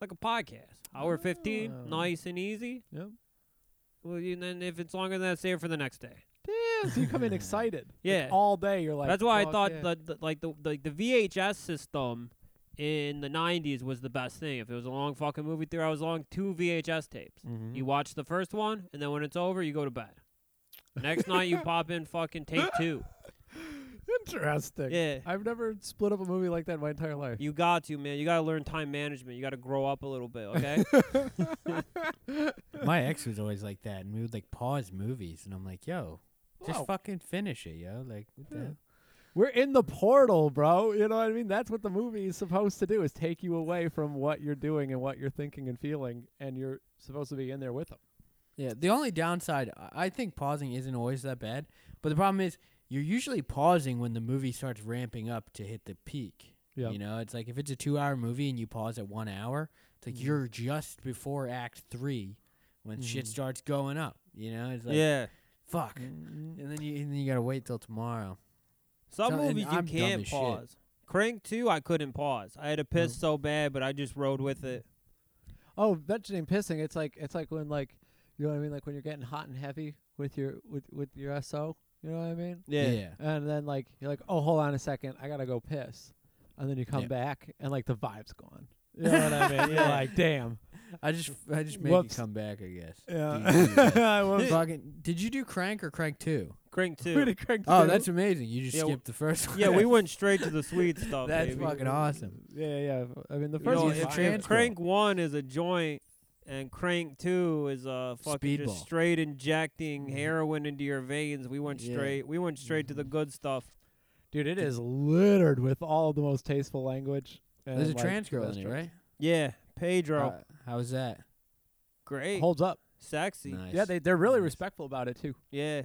like a podcast. Hour fifteen, Oh. nice and easy. Yep. Well, you- and then if it's longer than that, save it for the next day. Yeah, so you (laughs) come in excited. Like, Yeah. all day you're like. That's why I "Fuck thought yeah." that the, like the like the VHS system in the '90s was the best thing. If it was a long fucking movie theater, I was long two VHS tapes. Mhm. You watch the first one, and then when it's over, you go to bed. Next night, (laughs) you pop in fucking tape two. Interesting. Yeah. I've never split up a movie like that in my entire life. You got to, man. You got to learn time management. You got to grow up a little bit, (laughs) okay? My ex was always like that, and we would like pause movies, and I'm like, "Yo, just Wow. fucking finish it, yo!" Like, what the Yeah. hell? We're in the portal, bro. You know what I mean? That's what the movie is supposed to do is take you away from what you're doing and what you're thinking and feeling and you're supposed to be in there with them. yeah. The only downside, I- I think, pausing isn't always that bad, but the problem is you're usually pausing when the movie starts ramping up to hit the peak. Yeah. You know, it's like if it's a two-hour movie and you pause at one hour, it's Mm. like you're just before Act Three when shit starts going up. You know, it's like Mm-hmm. yeah. Mm. fuck, Mm-hmm. and then you and then you gotta wait till tomorrow. Some So- and movies you I'm dumb can't as shit. Mm-hmm. pause. Crank 2, I couldn't pause. I had to piss so bad, but I just rode with it. Oh, mentioning pissing, it's like it's like when like you know what I mean? Like when you're getting hot and heavy with your with, with your SO, you know what I mean? yeah. And then like you're like, Oh, hold on a second, I gotta go piss. And then you come Yeah. back and like the (laughs) vibe's gone. You know what I mean? You're like, damn. I just I just make Whoops. it come back, I guess. uh, (laughs) (laughs) I was Fucking, did you do crank or crank two? Crank 2. pretty cranked. Oh, that's amazing. You just Yeah, w- skipped the first (laughs) one. yeah, we went straight to the (laughs) sweet stuff. That's baby. fucking awesome. Yeah, yeah. I mean, the You first know, one's if, fine. if Crank 1 is a joint and Crank 2 is uh, fucking just Speedball. Mm-hmm. straight injecting heroin into your veins, we went Yeah. Mm-hmm. straight we went straight to the good stuff. dude, it is littered with all the most tasteful language. (laughs) and, There's a like, trans girl best in it, jokes. right? Yeah, Pedro. Uh, how was that? great. Holds up. sexy. Nice. Yeah, they they're really Nice. respectful about it too. Yeah.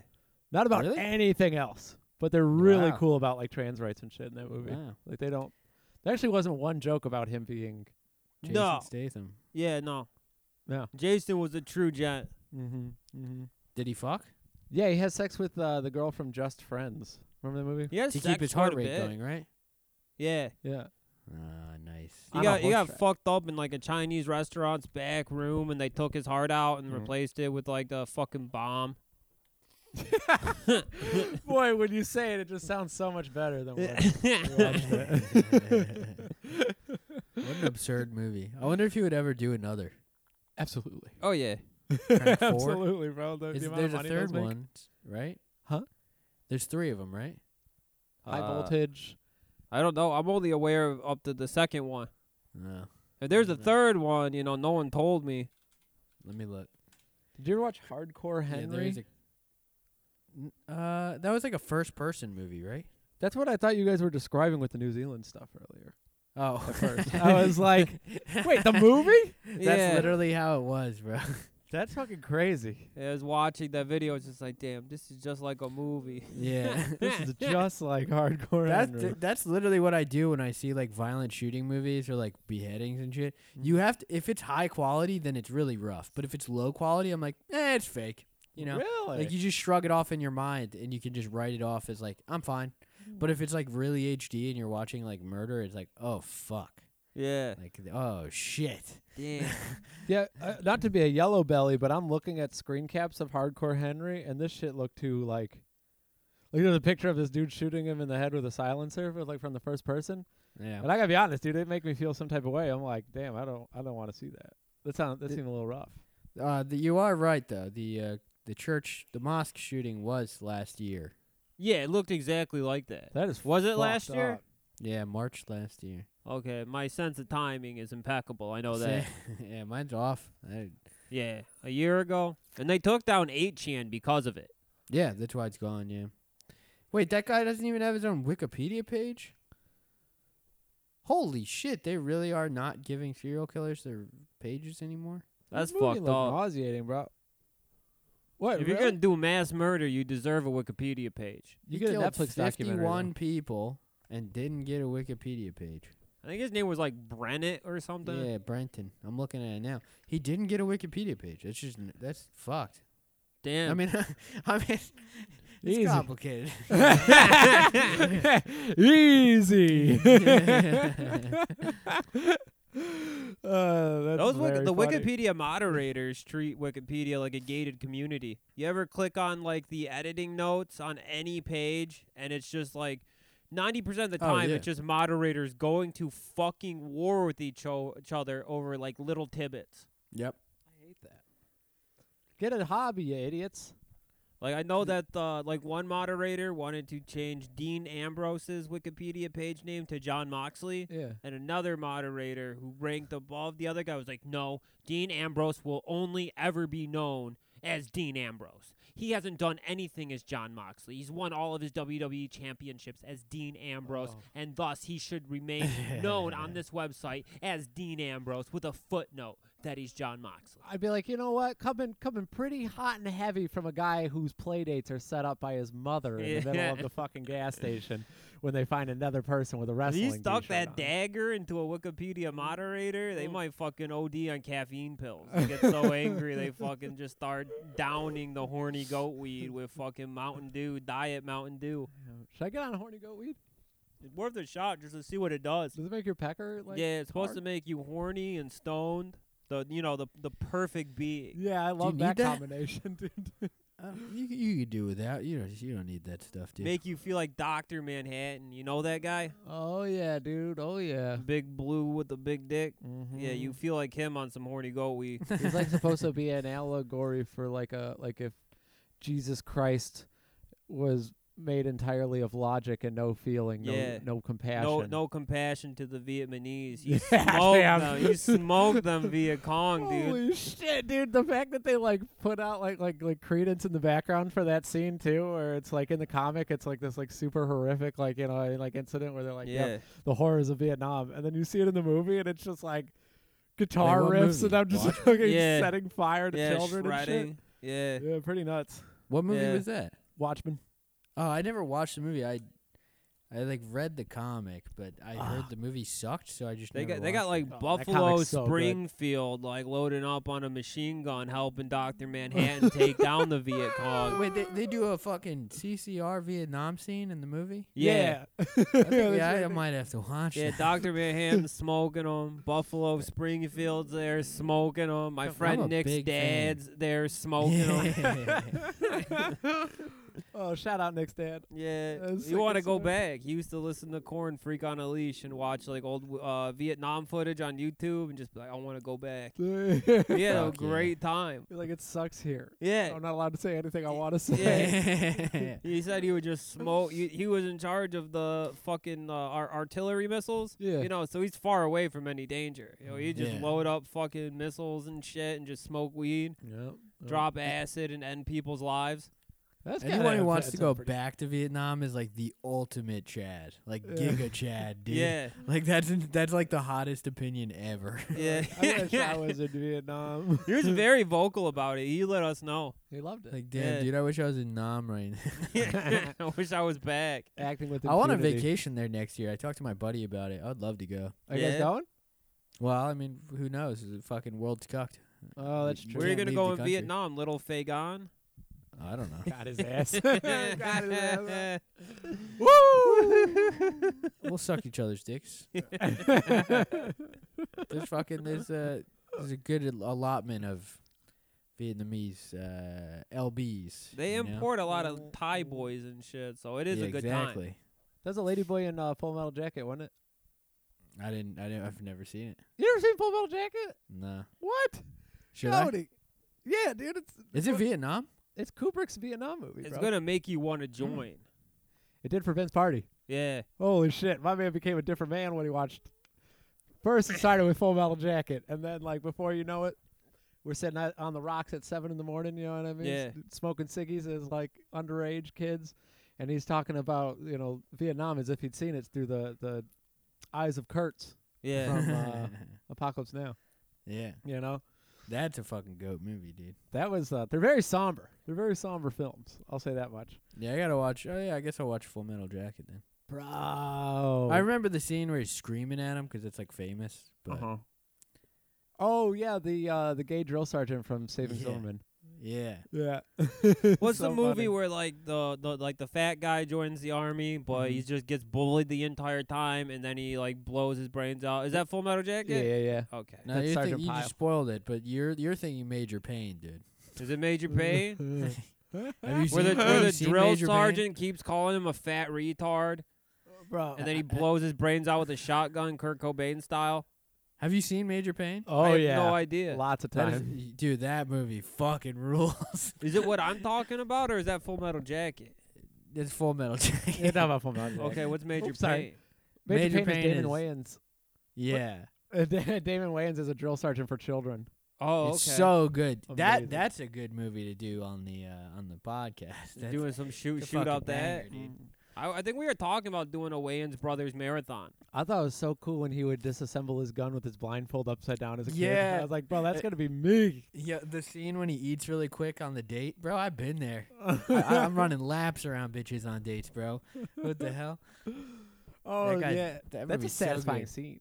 Not about Really? anything else, but they're really Wow. cool about like trans rights and shit in that movie. Wow. Like they don't. There actually wasn't one joke about him being. Jason No. Statham. Yeah, no. Yeah. Jason was a true gent. Mm-hmm, mm-hmm. Did he fuck Yeah, he has sex with uh, the girl from Just Friends. Remember that movie? He has to sex keep his quite heart a rate bit. going? Right. Yeah. Yeah. Ah, (laughs) nice. (laughs) He On a got he got horseback. fucked up in like a Chinese restaurant's back room, and they took his heart out and Mhm. replaced it with like a fucking bomb. (laughs) Boy, when you say it, it just sounds so much better than (laughs) what What an absurd movie. I wonder if you would ever do another. Absolutely. Oh yeah. (laughs) Crank four? Absolutely, bro. Oh, The, Is- the amount of there's a money third those make. one, right? Huh? There's three of them, right? High Uh, voltage. I don't know. I'm only aware of up to the second one. No. If there's a Mhm. third one, you know, no one told me. Let me look. Did you ever watch Hardcore Yeah, there Henry? is a, N- uh, that was like a first person movie, right? (laughs) That's what I thought you guys were describing with the New Zealand stuff earlier. Oh, first. I was (laughs) like, Wait, the movie? That's yeah. literally how it was, bro. (laughs) That's fucking crazy. I was watching that video. It's just like, damn, this is just like a (laughs) movie. yeah. This (laughs) is just like Hardcore That's Henry. that's literally what I do when I see like violent shooting movies or like beheadings and shit. You have to if it's high quality, then it's really rough. But if it's low quality, I'm like, eh, it's fake. You know, really? like you just shrug it off in your mind and you can just write it off as like, I'm fine. But if it's like really HD and you're watching like murder, it's like, oh fuck, Yeah. like oh shit. Damn. yeah, uh, not to be a yellow belly, but I'm looking at screen caps of Hardcore Henry, and this shit looked too like. Like there's a picture of this dude shooting him in the head with a silencer, but like from the first person. Yeah. And I gotta be honest, dude, it make me feel some type of way. I'm like, damn, I don't, I don't want to see that. That sound, that It- seemed a little rough. Uh, the, you are right though. The uh, the church, the mosque shooting was last year. Yeah, it looked exactly like that. That is Was it fucked last year? up. Yeah, March last year. Okay, my sense of timing is impeccable. I know that. (laughs) yeah, mine's off. I, Yeah, a year ago, and they took down 8chan because of it. yeah, that's why it's gone. Yeah. Wait, that guy doesn't even have his own Wikipedia page. Holy shit! They really are not giving serial killers their pages anymore. That's This movie fucked looked up. Nauseating, bro. What? If really? you're gonna do mass murder, you deserve a Wikipedia page. you He get a killed Netflix documentary. though. Fifty-one people and didn't get a Wikipedia page. I think his name was like Brennett or something. Yeah, Brenton. I'm looking at it now. He didn't get a Wikipedia page. That's just n- that's fucked. Damn. (laughs) I mean, (laughs) I mean, it's Easy. (laughs) complicated. (laughs) (laughs) (laughs) Easy. (laughs) Uh, Those Wiki- the Wikipedia moderators treat Wikipedia like a gated community. You ever click on like the editing notes on any page, and it's just like ninety percent of the Oh, time, yeah. it's just moderators going to fucking war with each, o- each other over like little tidbits. yep. Get a hobby, you idiots. Like I know that uh, like one moderator wanted to change Dean Ambrose's Wikipedia page name to John Moxley, Yeah. and another moderator who ranked above the other guy was like, "No, Dean Ambrose will only ever be known as Dean Ambrose. He hasn't done anything as John Moxley. He's won all of his WWE championships as Dean Ambrose, Oh. and thus he should remain known on this website as Dean Ambrose with a footnote that he's John Moxley." I'd be like, you know what? Coming, coming pretty hot and heavy from a guy whose play dates are set up by his mother in the middle of Yeah. the fucking gas station when they find another person with a wrestling. He stuck t-shirt that on. dagger into a Wikipedia moderator. They might fucking OD on caffeine pills. They get so angry they fucking just start downing the horny goat weed with fucking Mountain Dew, diet Mountain Dew. Should I get on horny goat weed? It's worth a shot just to see what it does. Does it make your pecker like? yeah, it's supposed hard? to make you horny and stoned. The you know the the perfect being. Yeah, I love need that, that? combination, (laughs) dude. Uh, you you could do without. You don't you don't need that stuff, dude. Make you feel like Doctor Manhattan. You know that guy, Oh yeah, dude. Oh yeah. big blue with the big dick. Mm-hmm. Yeah, you feel like him on some horny goat weed. (laughs) It's like supposed to be an allegory for like a like if Jesus Christ was made entirely of logic and no feeling, Yeah. no no compassion. No, (laughs) no compassion to the Vietnamese. You Yeah, smoked damn. them. You smoked them Viet Cong, dude. Holy shit, dude! The fact that they like put out like like like credence in the background for that scene too, where it's like in the comic, it's like this like super horrific like you know like incident where they're like, yeah, yeah. the horrors of Vietnam, and then you see it in the movie, and it's just like guitar what riffs, movie? and I'm just (laughs) What? fucking Yeah. setting fire to Yeah, children and shredding. Yeah. shit. Yeah, pretty nuts. what movie Yeah. was that? Watchmen. Oh, I never watched the movie. I I like read the comic, but I heard the movie sucked, so I just Ah. They never got they got watched like Oh, that Buffalo comic's so good. Springfield like loading up on a machine gun, helping Doctor Manhattan take down the (laughs) Viet it. Cong. Wait, they, they do a fucking CCR Vietnam scene in the movie? (laughs) Yeah, (laughs) I think, Yeah, yeah, that's I, right. might have to watch yeah. that. Doctor Manhattan smoking them. Buffalo Springfield's there smoking them. My I'm friend a Nick's big fan. dad's there smoking (laughs) them. Yeah. oh, shout out Nick's dad. Yeah, That's you like want to it's go a- back. He used to listen to Corn Freak on a Leash and watch like old uh, Vietnam footage on YouTube and just be like, I want to go (laughs) back. We had a Fuck yeah. great time. You're like it sucks here. Yeah. I'm not allowed to say anything I want to say. (laughs) (laughs) Yeah. He said he would just smoke. He, he was in charge of the fucking uh, ar- artillery missiles. (laughs) Yeah. You know, so he's far away from any danger. You know, he just Yeah. load up fucking missiles and shit and just smoke weed, Yep. drop acid, and end people's lives. That's Anyone kinda- who wants that's to a go pretty- back to Vietnam is like the ultimate Chad, like Yeah. Giga Chad, dude. Yeah. Like that's that's like the hottest opinion ever. Yeah. I wish (laughs) I was in (laughs) Vietnam. he was very vocal about it. He let us know. (laughs) he loved it. (laughs) like damn, Yeah. dude, I wish I was in Nam right now. I wish I was back. Acting with I want a impunity. vacation there next year. I talked to my buddy about it. I'd love to go. Are you guys Yeah. going? Well, I mean, who knows? The fucking world's cucked. Oh, that's You true. Where are you gonna can't leave go the in country. Vietnam, little (laughs) Fagon? I (laughs) don't know. Got his (laughs) ass. (laughs) (laughs) we'll suck each other's dicks. there's fucking there's a there's a good al- allotment of Vietnamese uh, (laughs) LBs. they you know? import a lot of Thai boys and shit, so it is Yeah, a good exactly. time. That's a ladyboy in uh, Full Metal Jacket, wasn't it? I didn't. I didn't. I've never seen it. You ever seen Full Metal Jacket? No. What? Should I? Howdy. Yeah, dude. It's Is it Vietnam? it's Kubrick's Vietnam movie, It's bro. gonna make you Hmm. want to join. It did for Vince Party. Yeah, Holy shit! My man became a different man when he watched. First, it started with Full Metal Jacket, and then like before you know it, we're sitting out on the rocks at seven in the morning. You know what I mean? Yeah. S- Smoking ciggies as like underage kids, and he's talking about you know Vietnam as if he'd seen it through the the eyes of Kurtz, yeah. (laughs) From, uh, Apocalypse Now. yeah, You know that's a fucking goat movie, dude. that was uh, they're very somber. They're very somber films. I'll say that much. Yeah, I gotta watch. Oh yeah, I guess I'll watch Full Metal Jacket then. Bro, I remember the scene where he's screaming at him because it's like famous. But Uh-huh. Uh-huh. Oh yeah, the uh, the gay drill sergeant from Saving Yeah. Silverman. yeah, Yeah. What's So the movie funny. where like the, the like the fat guy joins the army, but Mm-hmm. he just gets bullied the entire time, and then he like blows his brains out? Is that Full Metal Yeah, Jacket? yeah, yeah. Okay. no, That's you, think, Sergeant you Pyle. just spoiled it. But you're you're thinking Major Pain, (laughs) dude. Is it Major Payne? (laughs) (laughs) Have (laughs) you Where seen, the, have where you the seen drill Major Payne? sergeant keeps calling him a fat retard, Bro. and then he blows his brains out with a shotgun, Kurt Cobain style. Have you seen Major Pain? oh (laughs) I have yeah. no idea. Lots of That (laughs) is- time. y- dude, that movie fucking rules. (laughs) Is it what I'm talking about, or is that Full Metal Jacket? it's Full Metal Jacket. It's not about Full Metal Jacket. Okay, what's Major Oops, sorry. Payne? Major, Major Payne is Payne Damon is- Wayans. (laughs) Yeah, Uh, (laughs) Da- Damon Wayans is a drill sergeant for children. (laughs) Oh, okay. it's so good. Amazing. That that's a good movie to do on the uh, on the podcast. That's- doing some shoot it's a shoot fucking up that. banger, dude. Mm. I, I think we were talking about doing a Wayans Brothers marathon. I thought it was so cool when he would disassemble his gun with his blindfold upside down as a kid. (laughs) Yeah. I was like, bro, that's Uh, gonna be me. (laughs) yeah, the scene when he eats really quick on the date, bro. I've (laughs) been there. I, I'm running laps around bitches on dates, bro. What the hell? (laughs) Oh that guy- yeah. that That's a movie's so satisfying good. scene.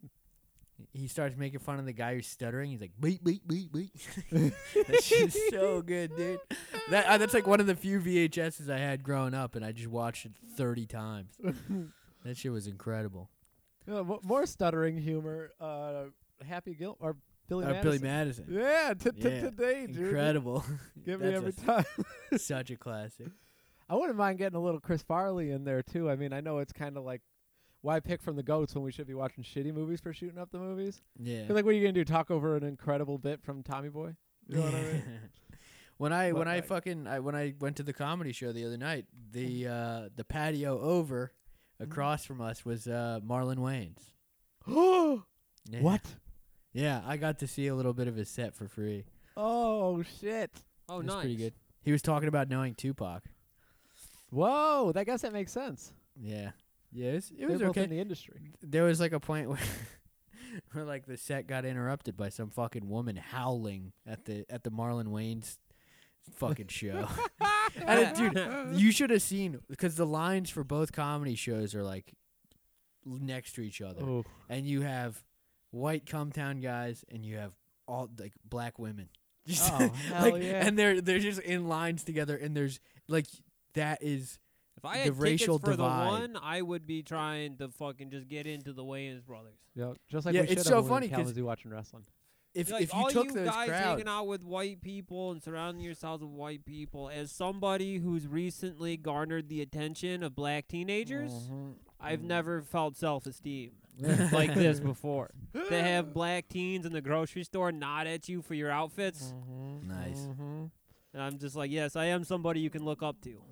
He starts making fun of the guy who's stuttering. He's like, beep, beep, (laughs) beep, beep. (laughs) that shit's so good, dude. That uh, that's like one of the few VHSs I had growing up, and I just watched it 30 times. (laughs) that shit was incredible. Uh, mo- more stuttering humor. Uh, Happy Gil or Billy Uh, Madison. Billy Madison. Yeah, t- t- Yeah. today, dude. (laughs) Incredible. Give me That's every a- time. (laughs) Such a classic. I wouldn't mind getting a little Chris Farley in there too. I mean, I know it's kind of like why pick from the goats when we should be watching shitty movies for shooting up the movies. 'Cause, Yeah. Like, what are you gonna do? Talk over an incredible bit from Tommy Boy? You know what I mean? (laughs) when I But, when I like- fucking I, when I went to the comedy show the other night, the uh, the patio over Mm. across from us was uh, Marlon Wayans. (laughs) (gasps) Yeah. What? Yeah, I got to see a little bit of his set for free. Oh shit! Oh, That's nice. pretty good. He was talking about knowing Tupac. Whoa, that guess that makes sense. Yeah. Yeah, it was, it was They're both okay. in the industry. there was like a point (laughs) where where like the set got interrupted by some (laughs) fucking woman howling at the at the Marlon Wayne's fucking show. (laughs) And, dude, you should have seen because the lines for both comedy shows are like next to each other, Oh, and you have white cumtown guys and you have all like black women. (laughs) Just Oh, hell like, yeah. And they're they're just in lines together, and there's like that is If I the had tickets racial for divide. the one, I would be trying to fucking just get into the Wayans brothers. yeah, just like Yeah, we it's should so have when we were funny in 'cause- Kalamazoo watching wrestling. if like if you all took you those guys crowds, hanging out with white people and surrounding yourselves with white people, as somebody who's recently garnered the attention of black teenagers, Mm-hmm. I've never felt self-esteem (laughs) (laughs) like (laughs) this before. to (gasps) have black teens in the grocery store nod at you for your Mm-hmm. outfits, nice. and I'm just like, yes, I am somebody you can look up to.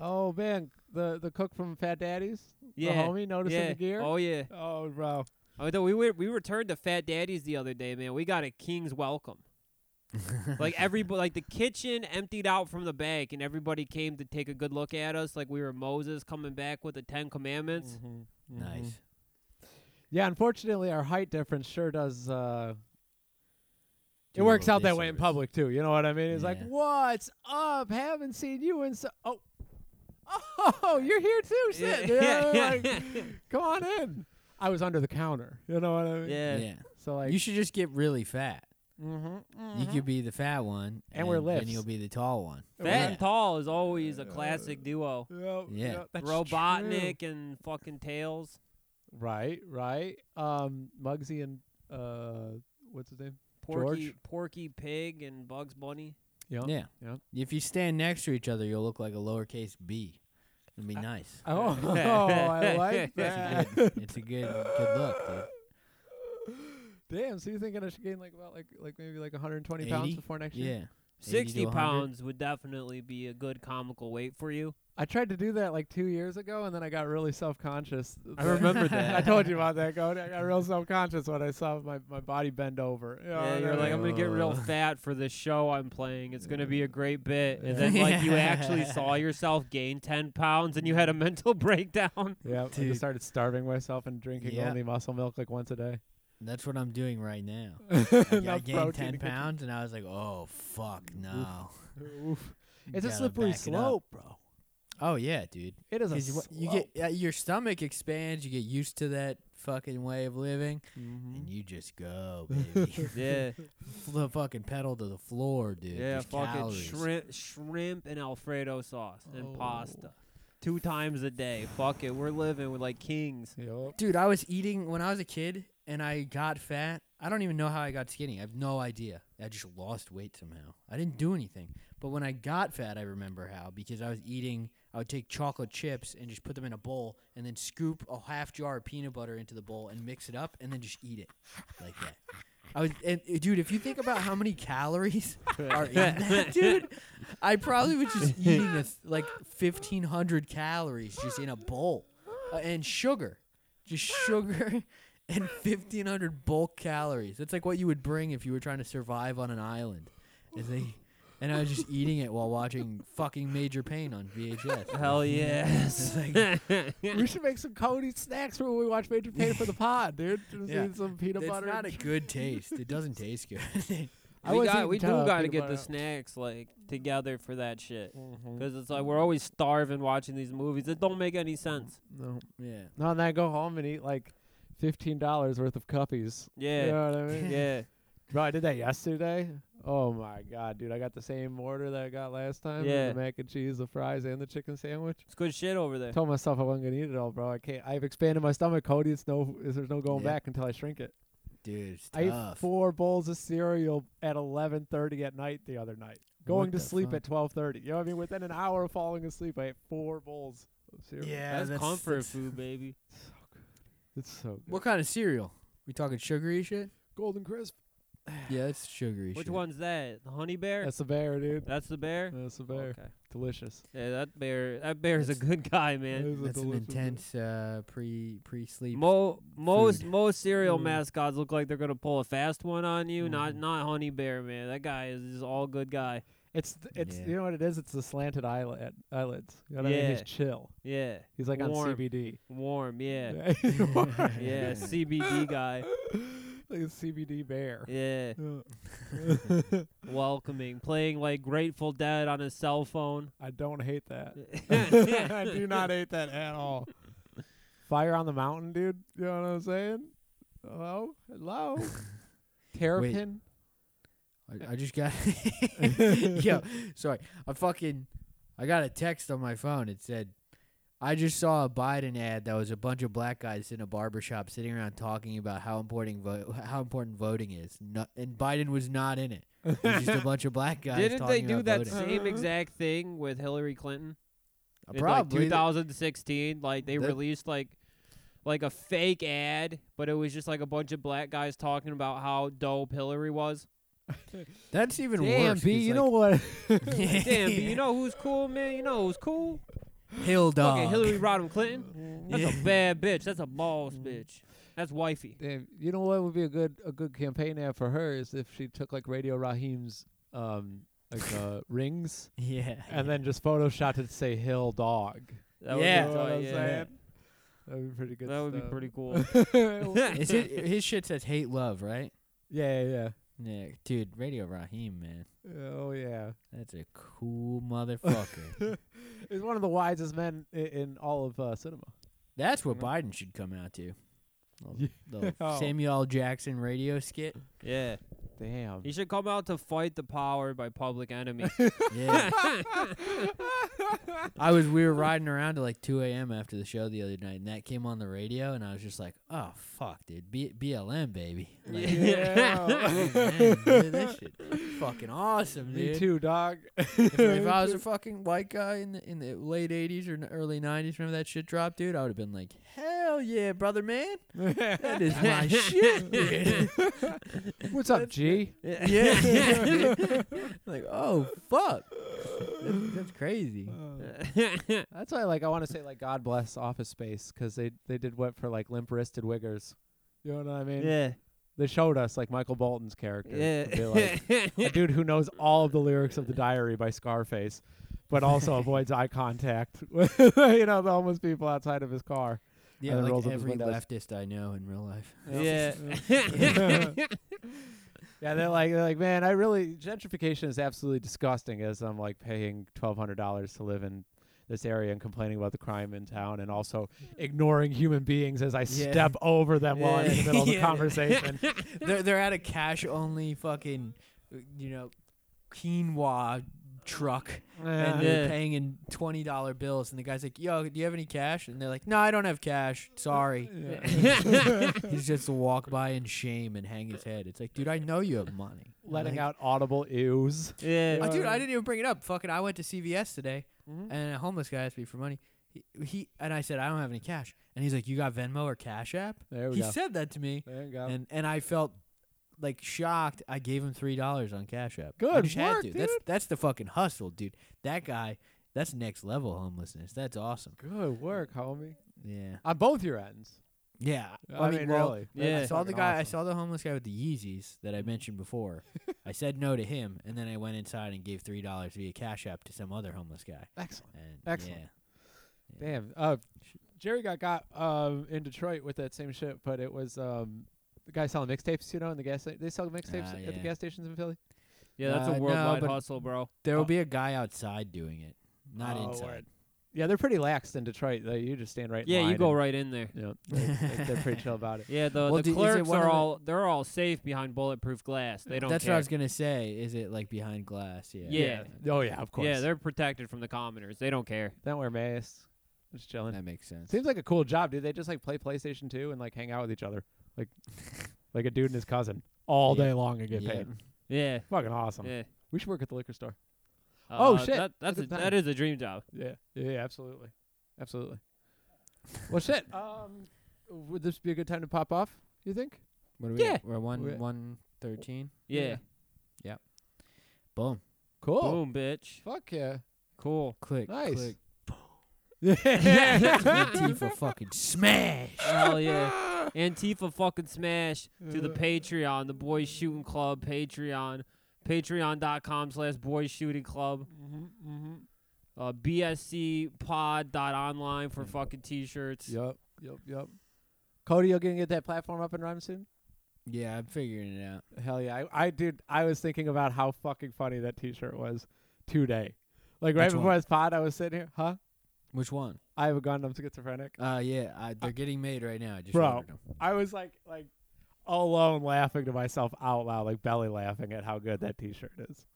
Oh man, the the cook from Fat Daddy's, Yeah, the homie, noticing yeah. the gear. Oh yeah. Oh, bro. Oh, though we were, we returned to Fat Daddy's the other day, man. We got a king's welcome. like every like the kitchen emptied out from the bank, and everybody came to take a good look at us, like we were Moses coming back with the Ten Commandments. (laughs) Mm-hmm, Nice. Yeah, unfortunately, our height difference sure does. Uh, Do it a works little out that way in disservice. public too. You know what I mean? It's like, Yeah. what's up? Haven't seen you in so. Oh, oh, (laughs) you're here too. (laughs) Sit. Yeah, like, come on in. I was under the counter. You know what I mean? Yeah. Yeah, So like, you should just get really fat. mm-hmm, You could be the fat one, And we're and lifts. you'll be the tall one. Fat and tall is always a classic duo. Yeah. Robotnik and fucking Tails. Right, right. Um, Muggsy and uh, what's his name? Porky George? Porky Pig and Bugs Bunny. Yeah. Yeah. If you stand next to each other, you'll look like a lowercase b. (laughs) It'd be nice. Oh, I (laughs) like that. It's a good, it's a good, good look, dude. Damn, so you thinking I should gain like about like like maybe like 120 pounds 80? before next year? Yeah. 60 100? pounds would definitely be a good comical weight for you. I tried to do that like two years ago, and then I got really self conscious. I remember that. (laughs) I told you about that. Going, I got real self conscious when I saw my, my body bend over. You know Yeah, what you're I like, mean? I'm gonna get real Uh. fat for this show I'm playing. It's gonna be a great bit. And then like you actually saw yourself gain ten pounds and you had a mental (laughs) breakdown. yeah. I Dude. just started starving myself and drinking Yeah. only muscle milk like once a day. That's what I'm doing right (laughs) now. Like, I (laughs) Enough gained protein to 10 get you- pounds, and I was like, oh, fuck, no. Oof. It's a Gotta slippery back it up. slope, bro. Oh, yeah, dude. It is a 'Cause slope. what- you get uh, Your stomach expands. You get used to that fucking way of living, Mm-hmm. Mhm. and you just go, baby. (laughs) (laughs) Yeah, the fucking pedal to the floor, dude. yeah, Just fucking calories. shrimp, shrimp and Alfredo sauce and pasta, two times a day. Fuck it, we're living with like kings. Yup. Dude, I was eating when I was a kid and I got fat. I don't even know how I got skinny. I have no idea. I just lost weight somehow. I didn't do anything. But when I got fat, I remember how because I was eating, I would take chocolate chips and just put them in a bowl and then scoop a half jar of peanut butter into the bowl and mix it up and then just eat it like that. I was, and, uh, dude, if you think about how many calories are in that, dude, I probably was just eating a, like 1,500 calories just in a bowl uh, and sugar, just sugar (laughs) and 1,500 bulk calories. That's like what you would bring if you were trying to survive on an island. Is they, and I was just eating it while watching fucking Major Pain on VHS. (laughs) Hell yes. (laughs) we should make some Cody snacks for when we watch Major Pain for (laughs) the pod, dude. Just Yeah. eat some peanut It's butter. not a and- good taste. It doesn't taste good. (laughs) I we was got, eating we do tough got to peanut get the butter. snacks like together for that shit. Mm-hmm. Mm-hmm. Cause it's like we're always starving watching these movies. It don't make any sense. No. yeah. No, and then I go home and eat like fifteen dollars worth of cuppies. You Yeah, know what I (laughs) mean? yeah. Bro, I did that yesterday. Oh my god, dude! I got the same order that I got last time. Yeah. The mac and cheese, the fries, and the chicken sandwich. It's good shit over there. told myself I wasn't gonna eat it all, bro. I can't. I've expanded my stomach, Cody. It's no, there's no going Yeah. back until I shrink it. Dude, it's I ate tough. four bowls of cereal at 11:30 at night the other night. Going What to the sleep fuck? at 12:30. You know what I mean? Within an hour of falling asleep, I ate four bowls of cereal. yeah, That's, comfort food, baby. It's so good. What kind of cereal? We talking sugary shit? Golden crisp. Yeah, it's sugary Which shit. one's that? The honey bear? That's, That's a bear, dude. the bear. That's a bear. Okay. Delicious. Yeah, that bear. That bear's a good guy, man. That is a That's an delicious bear. intense uh, pre pre (laughs) sleep. Mo- most food. most cereal Mm. mascots look like they're gonna pull a fast one on you. Not Mhm. not honey bear, man. That guy is just all good guy. It's th- it's Yeah. you know what it is. It's the slanted eyelid eyelids. You know what I mean? Yeah. He's chill. Yeah, He's like Warm. on CBD. (laughs) warm. Yeah, Yeah. yeah. CBD guy. (laughs) like a CBD bear. Yeah. Ugh. Welcoming. Playing like Grateful Dead on his cell (laughs) phone. (laughs) (laughs) I don't hate that. (laughs) I do not hate that at all. Fire on the mountain, dude. You know what I'm saying? Hello, (laughs) hello. Terrapin. I, I just (laughs) got (laughs) yo sorry I fucking I got a text on my phone it said I just saw a Biden ad that was a bunch of black guys in a barbershop sitting around talking about how important vo- how important voting is no- and Biden was not in it it was just a bunch of black guys Didn't they talking do about that voting. Uh, same exact thing with Hillary Clinton? in, probably like 2016 like they That- released like like a fake ad but it was just like a bunch of black guys talking about how dope hillary (laughs) was that's even Damn, worse B, 'cause, you like, know (laughs) what? Like, (laughs) damn but you know who's cool man you know who's cool (laughs) hill dog okay hillary rodham (laughs) clinton that's a bad bitch that's a boss Mm. bitch that's wifey Damn, you know what would be a good a good campaign ad for her is if she took like Radio Raheem's um (laughs) like uh, rings (laughs) yeah (laughs) and then just photoshopped it to say "Hill Dog." that would be Yeah. You know tight, what I'm yeah. saying? That'd be pretty good. that would be stuff. (laughs) pretty cool is it his shit says hate love right yeah, yeah, yeah dude Radio Raheem man yeah. Oh yeah. that's a cool motherfucker. He's one of the wisest men in, in all of uh, cinema. That's what Biden should come out to. Yeah. The- The (laughs) Oh. Samuel L. Jackson radio skit. yeah Damn. he should come out to fight the power by public (laughs) enemy (laughs) Yeah. I was we were riding around to like 2 a.m. after the show the other night, and that came on the radio, and I was just like, "Oh fuck, dude, B- BLM baby." (laughs) Like, Yeah. (laughs) man, dude, this shit fucking awesome, dude. Me too, dog. (laughs) If, if I was a fucking white guy in the in the late 80s or n- early 90s, remember that shit drop, dude? I would have been like, "Hell yeah, brother, man, that is my shit." dude." (laughs) What's up, (laughs) G? Yeah. (laughs) like, oh fuck. That's, that's crazy. Uh, That's why, like, I want to say, like, God bless Office Space because they they did what for like limp-wristed wiggers. You know what I mean? yeah They showed us like Michael Bolton's character, to be (laughs) like, yeah (laughs) a dude who knows all of the lyrics of the Diary by Scarface, but also (laughs) avoids eye contact. (laughs) with, you know, the homeless people outside of his car. Yeah, And it rolls like up his every windows. leftist I know in real life. Yeah. (laughs) Yeah, they're like, they're like, man, I really gentrification is absolutely disgusting. As I'm like paying twelve hundred dollars to live in this area and complaining about the crime in town, and also ignoring human beings as I Mm. Yeah. step over them while I'm in the middle of the (laughs) Yeah. conversation. they're they're at a cash only fucking, uh, you know, quinoa truck, and they're Yeah. paying in twenty dollar bills, and the guy's like, "Yo, do you have any cash?" And they're like, "No, I don't have cash. Sorry." (laughs) He's just to walk by in shame and hang his head. It's like, dude, I know you have money. letting Like, out audible ews. (laughs) yeah. Oh, dude, Yeah. I didn't even bring it up. Fucking, I went to CVS today, Mm-hmm. and a homeless guy asked me for money. He, he and I said I don't have any cash, and he's like, "You got Venmo or Cash App?" There we he go. said that to me, There you go. and and I felt like shocked. I gave him three dollars on Cash App. I Good just had work, to. That's dude. that's the fucking hustle, dude. That guy, that's next level homelessness. That's awesome. Good work, homie. Yeah, On both your ends. yeah. I mean, well, really. I- I Yeah. saw the Fucking guy. I awesome. saw the homeless guy with the Yeezys that I mentioned (laughs) before. I said no to him, and then I went inside and gave three dollars via Cash App to some other homeless guy. Excellent. And Excellent. yeah. Yeah. Damn. Uh, Jerry got got um, in Detroit with that same shit, but it was um, the guy selling mixtapes. You know, in the gas sta- they sell mixtapes Ah, at the yeah. gas stations in Philly. Yeah, that's a Uh, no, worldwide but- hustle, bro. There will Oh. be a guy outside doing it, not Oh, inside. Yeah, they're pretty lax in Detroit. They, you just stand right. in Yeah, you line go and- right in there. You know, they, they're pretty chill (laughs) about it. Yeah, the, Well, do- the is it clerks one are of the- all they're all safe behind bulletproof glass. They don't That's care. what I was gonna say. Is it like behind glass? Yeah. Yeah. Oh yeah, of course. yeah, they're protected from the commoners. They don't care. don't wear masks. Just chilling. That makes sense. Seems like a cool job, dude. They just like play PlayStation 2 and like hang out with each other, like like a dude and his cousin all Yeah. day long and get Yeah. paid. Yeah. Fucking awesome. Yeah. We should work at the liquor store. Oh, Uh, shit. That, Look that's a, at that. that is a dream job. Yeah. Yeah. Absolutely. Absolutely. well, (laughs) shit. Um, would this be a good time to pop off? You think? What are we? Yeah. at? We're one We're at- one thirteen. Yeah. Yeah. Boom. Cool. Boom, bitch. Fuck yeah. Cool. Click. Nice. Click. (laughs) Yeah. Antifa fucking smash. Hell yeah. Antifa fucking smash to the Patreon, the Boys Shooting Club Patreon, patreon.com slash Boys Shooting Club, uh, bscpod.online for fucking t-shirts. Yup. Yup. Yup. Cody, you gonna get that platform up and running soon? Yeah, I'm figuring it out. Hell yeah. I, I dude, I was thinking about how fucking funny that t shirt was today. Like right Which before one? this pod, I was sitting here, huh? Which one? I have a Gundam schizophrenic. Uh, yeah, I, they're getting made right now. I just Bro. ordered 'em. I was like like alone laughing to myself out loud, like belly laughing at how good that t shirt is.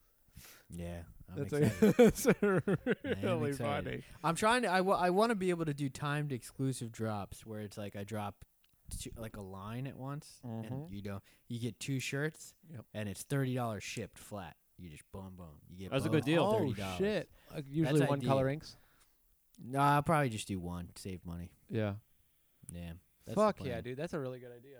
Yeah, I'm That's like, excited. (laughs) that's really excited. funny. I'm trying to. I want to be able to do timed exclusive drops where it's like I drop two, like a line at once, Mhm. and you know you get two shirts, Yep. and it's thirty dollars shipped flat. You just boom boom. You get That's a both good deal. $30. Oh shit. Like, usually one ideal. color inks. Nah, I'll probably just do one. Save money. Yeah. Yeah. that's the Fuck yeah, plan. dude. That's a really good idea.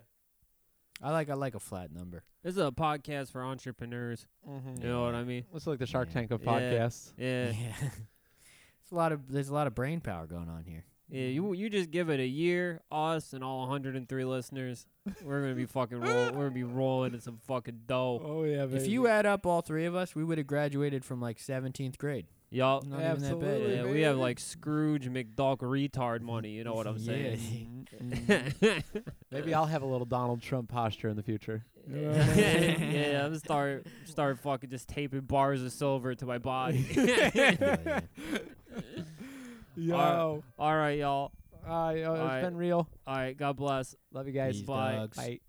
I like I like a flat number. This is a podcast for entrepreneurs. Mm-hmm. You know what I mean? It's like the Shark Yeah. Tank of Yeah. podcasts. (laughs) Yeah. it's a lot of there's a lot of brain power going on here. Yeah, you you just give it a year, us and all 103 listeners. We're gonna be fucking roll. We're gonna (laughs) be rolling in some fucking dough. Oh yeah, If you add up all three of us, we would have graduated from like 17th grade. Yup. Not even that bad. Mm, Absolutely, Yeah, we have baby. like Scrooge McDuck retard money. You know what I'm Yeah. saying? Mm-hmm. (laughs) (laughs) Maybe I'll have a little Donald Trump posture in the future. yeah, I'm start start fucking just taping bars of silver to my (laughs) body. Oh, Yeah, Yo. (laughs) All right, y'all. Uh, yo, it's Alright. been real. All right, God bless. Love you guys. Peace, Bye. dogs. Bye.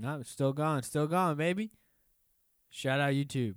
No, it's still gone, still gone, baby. Shout out YouTube.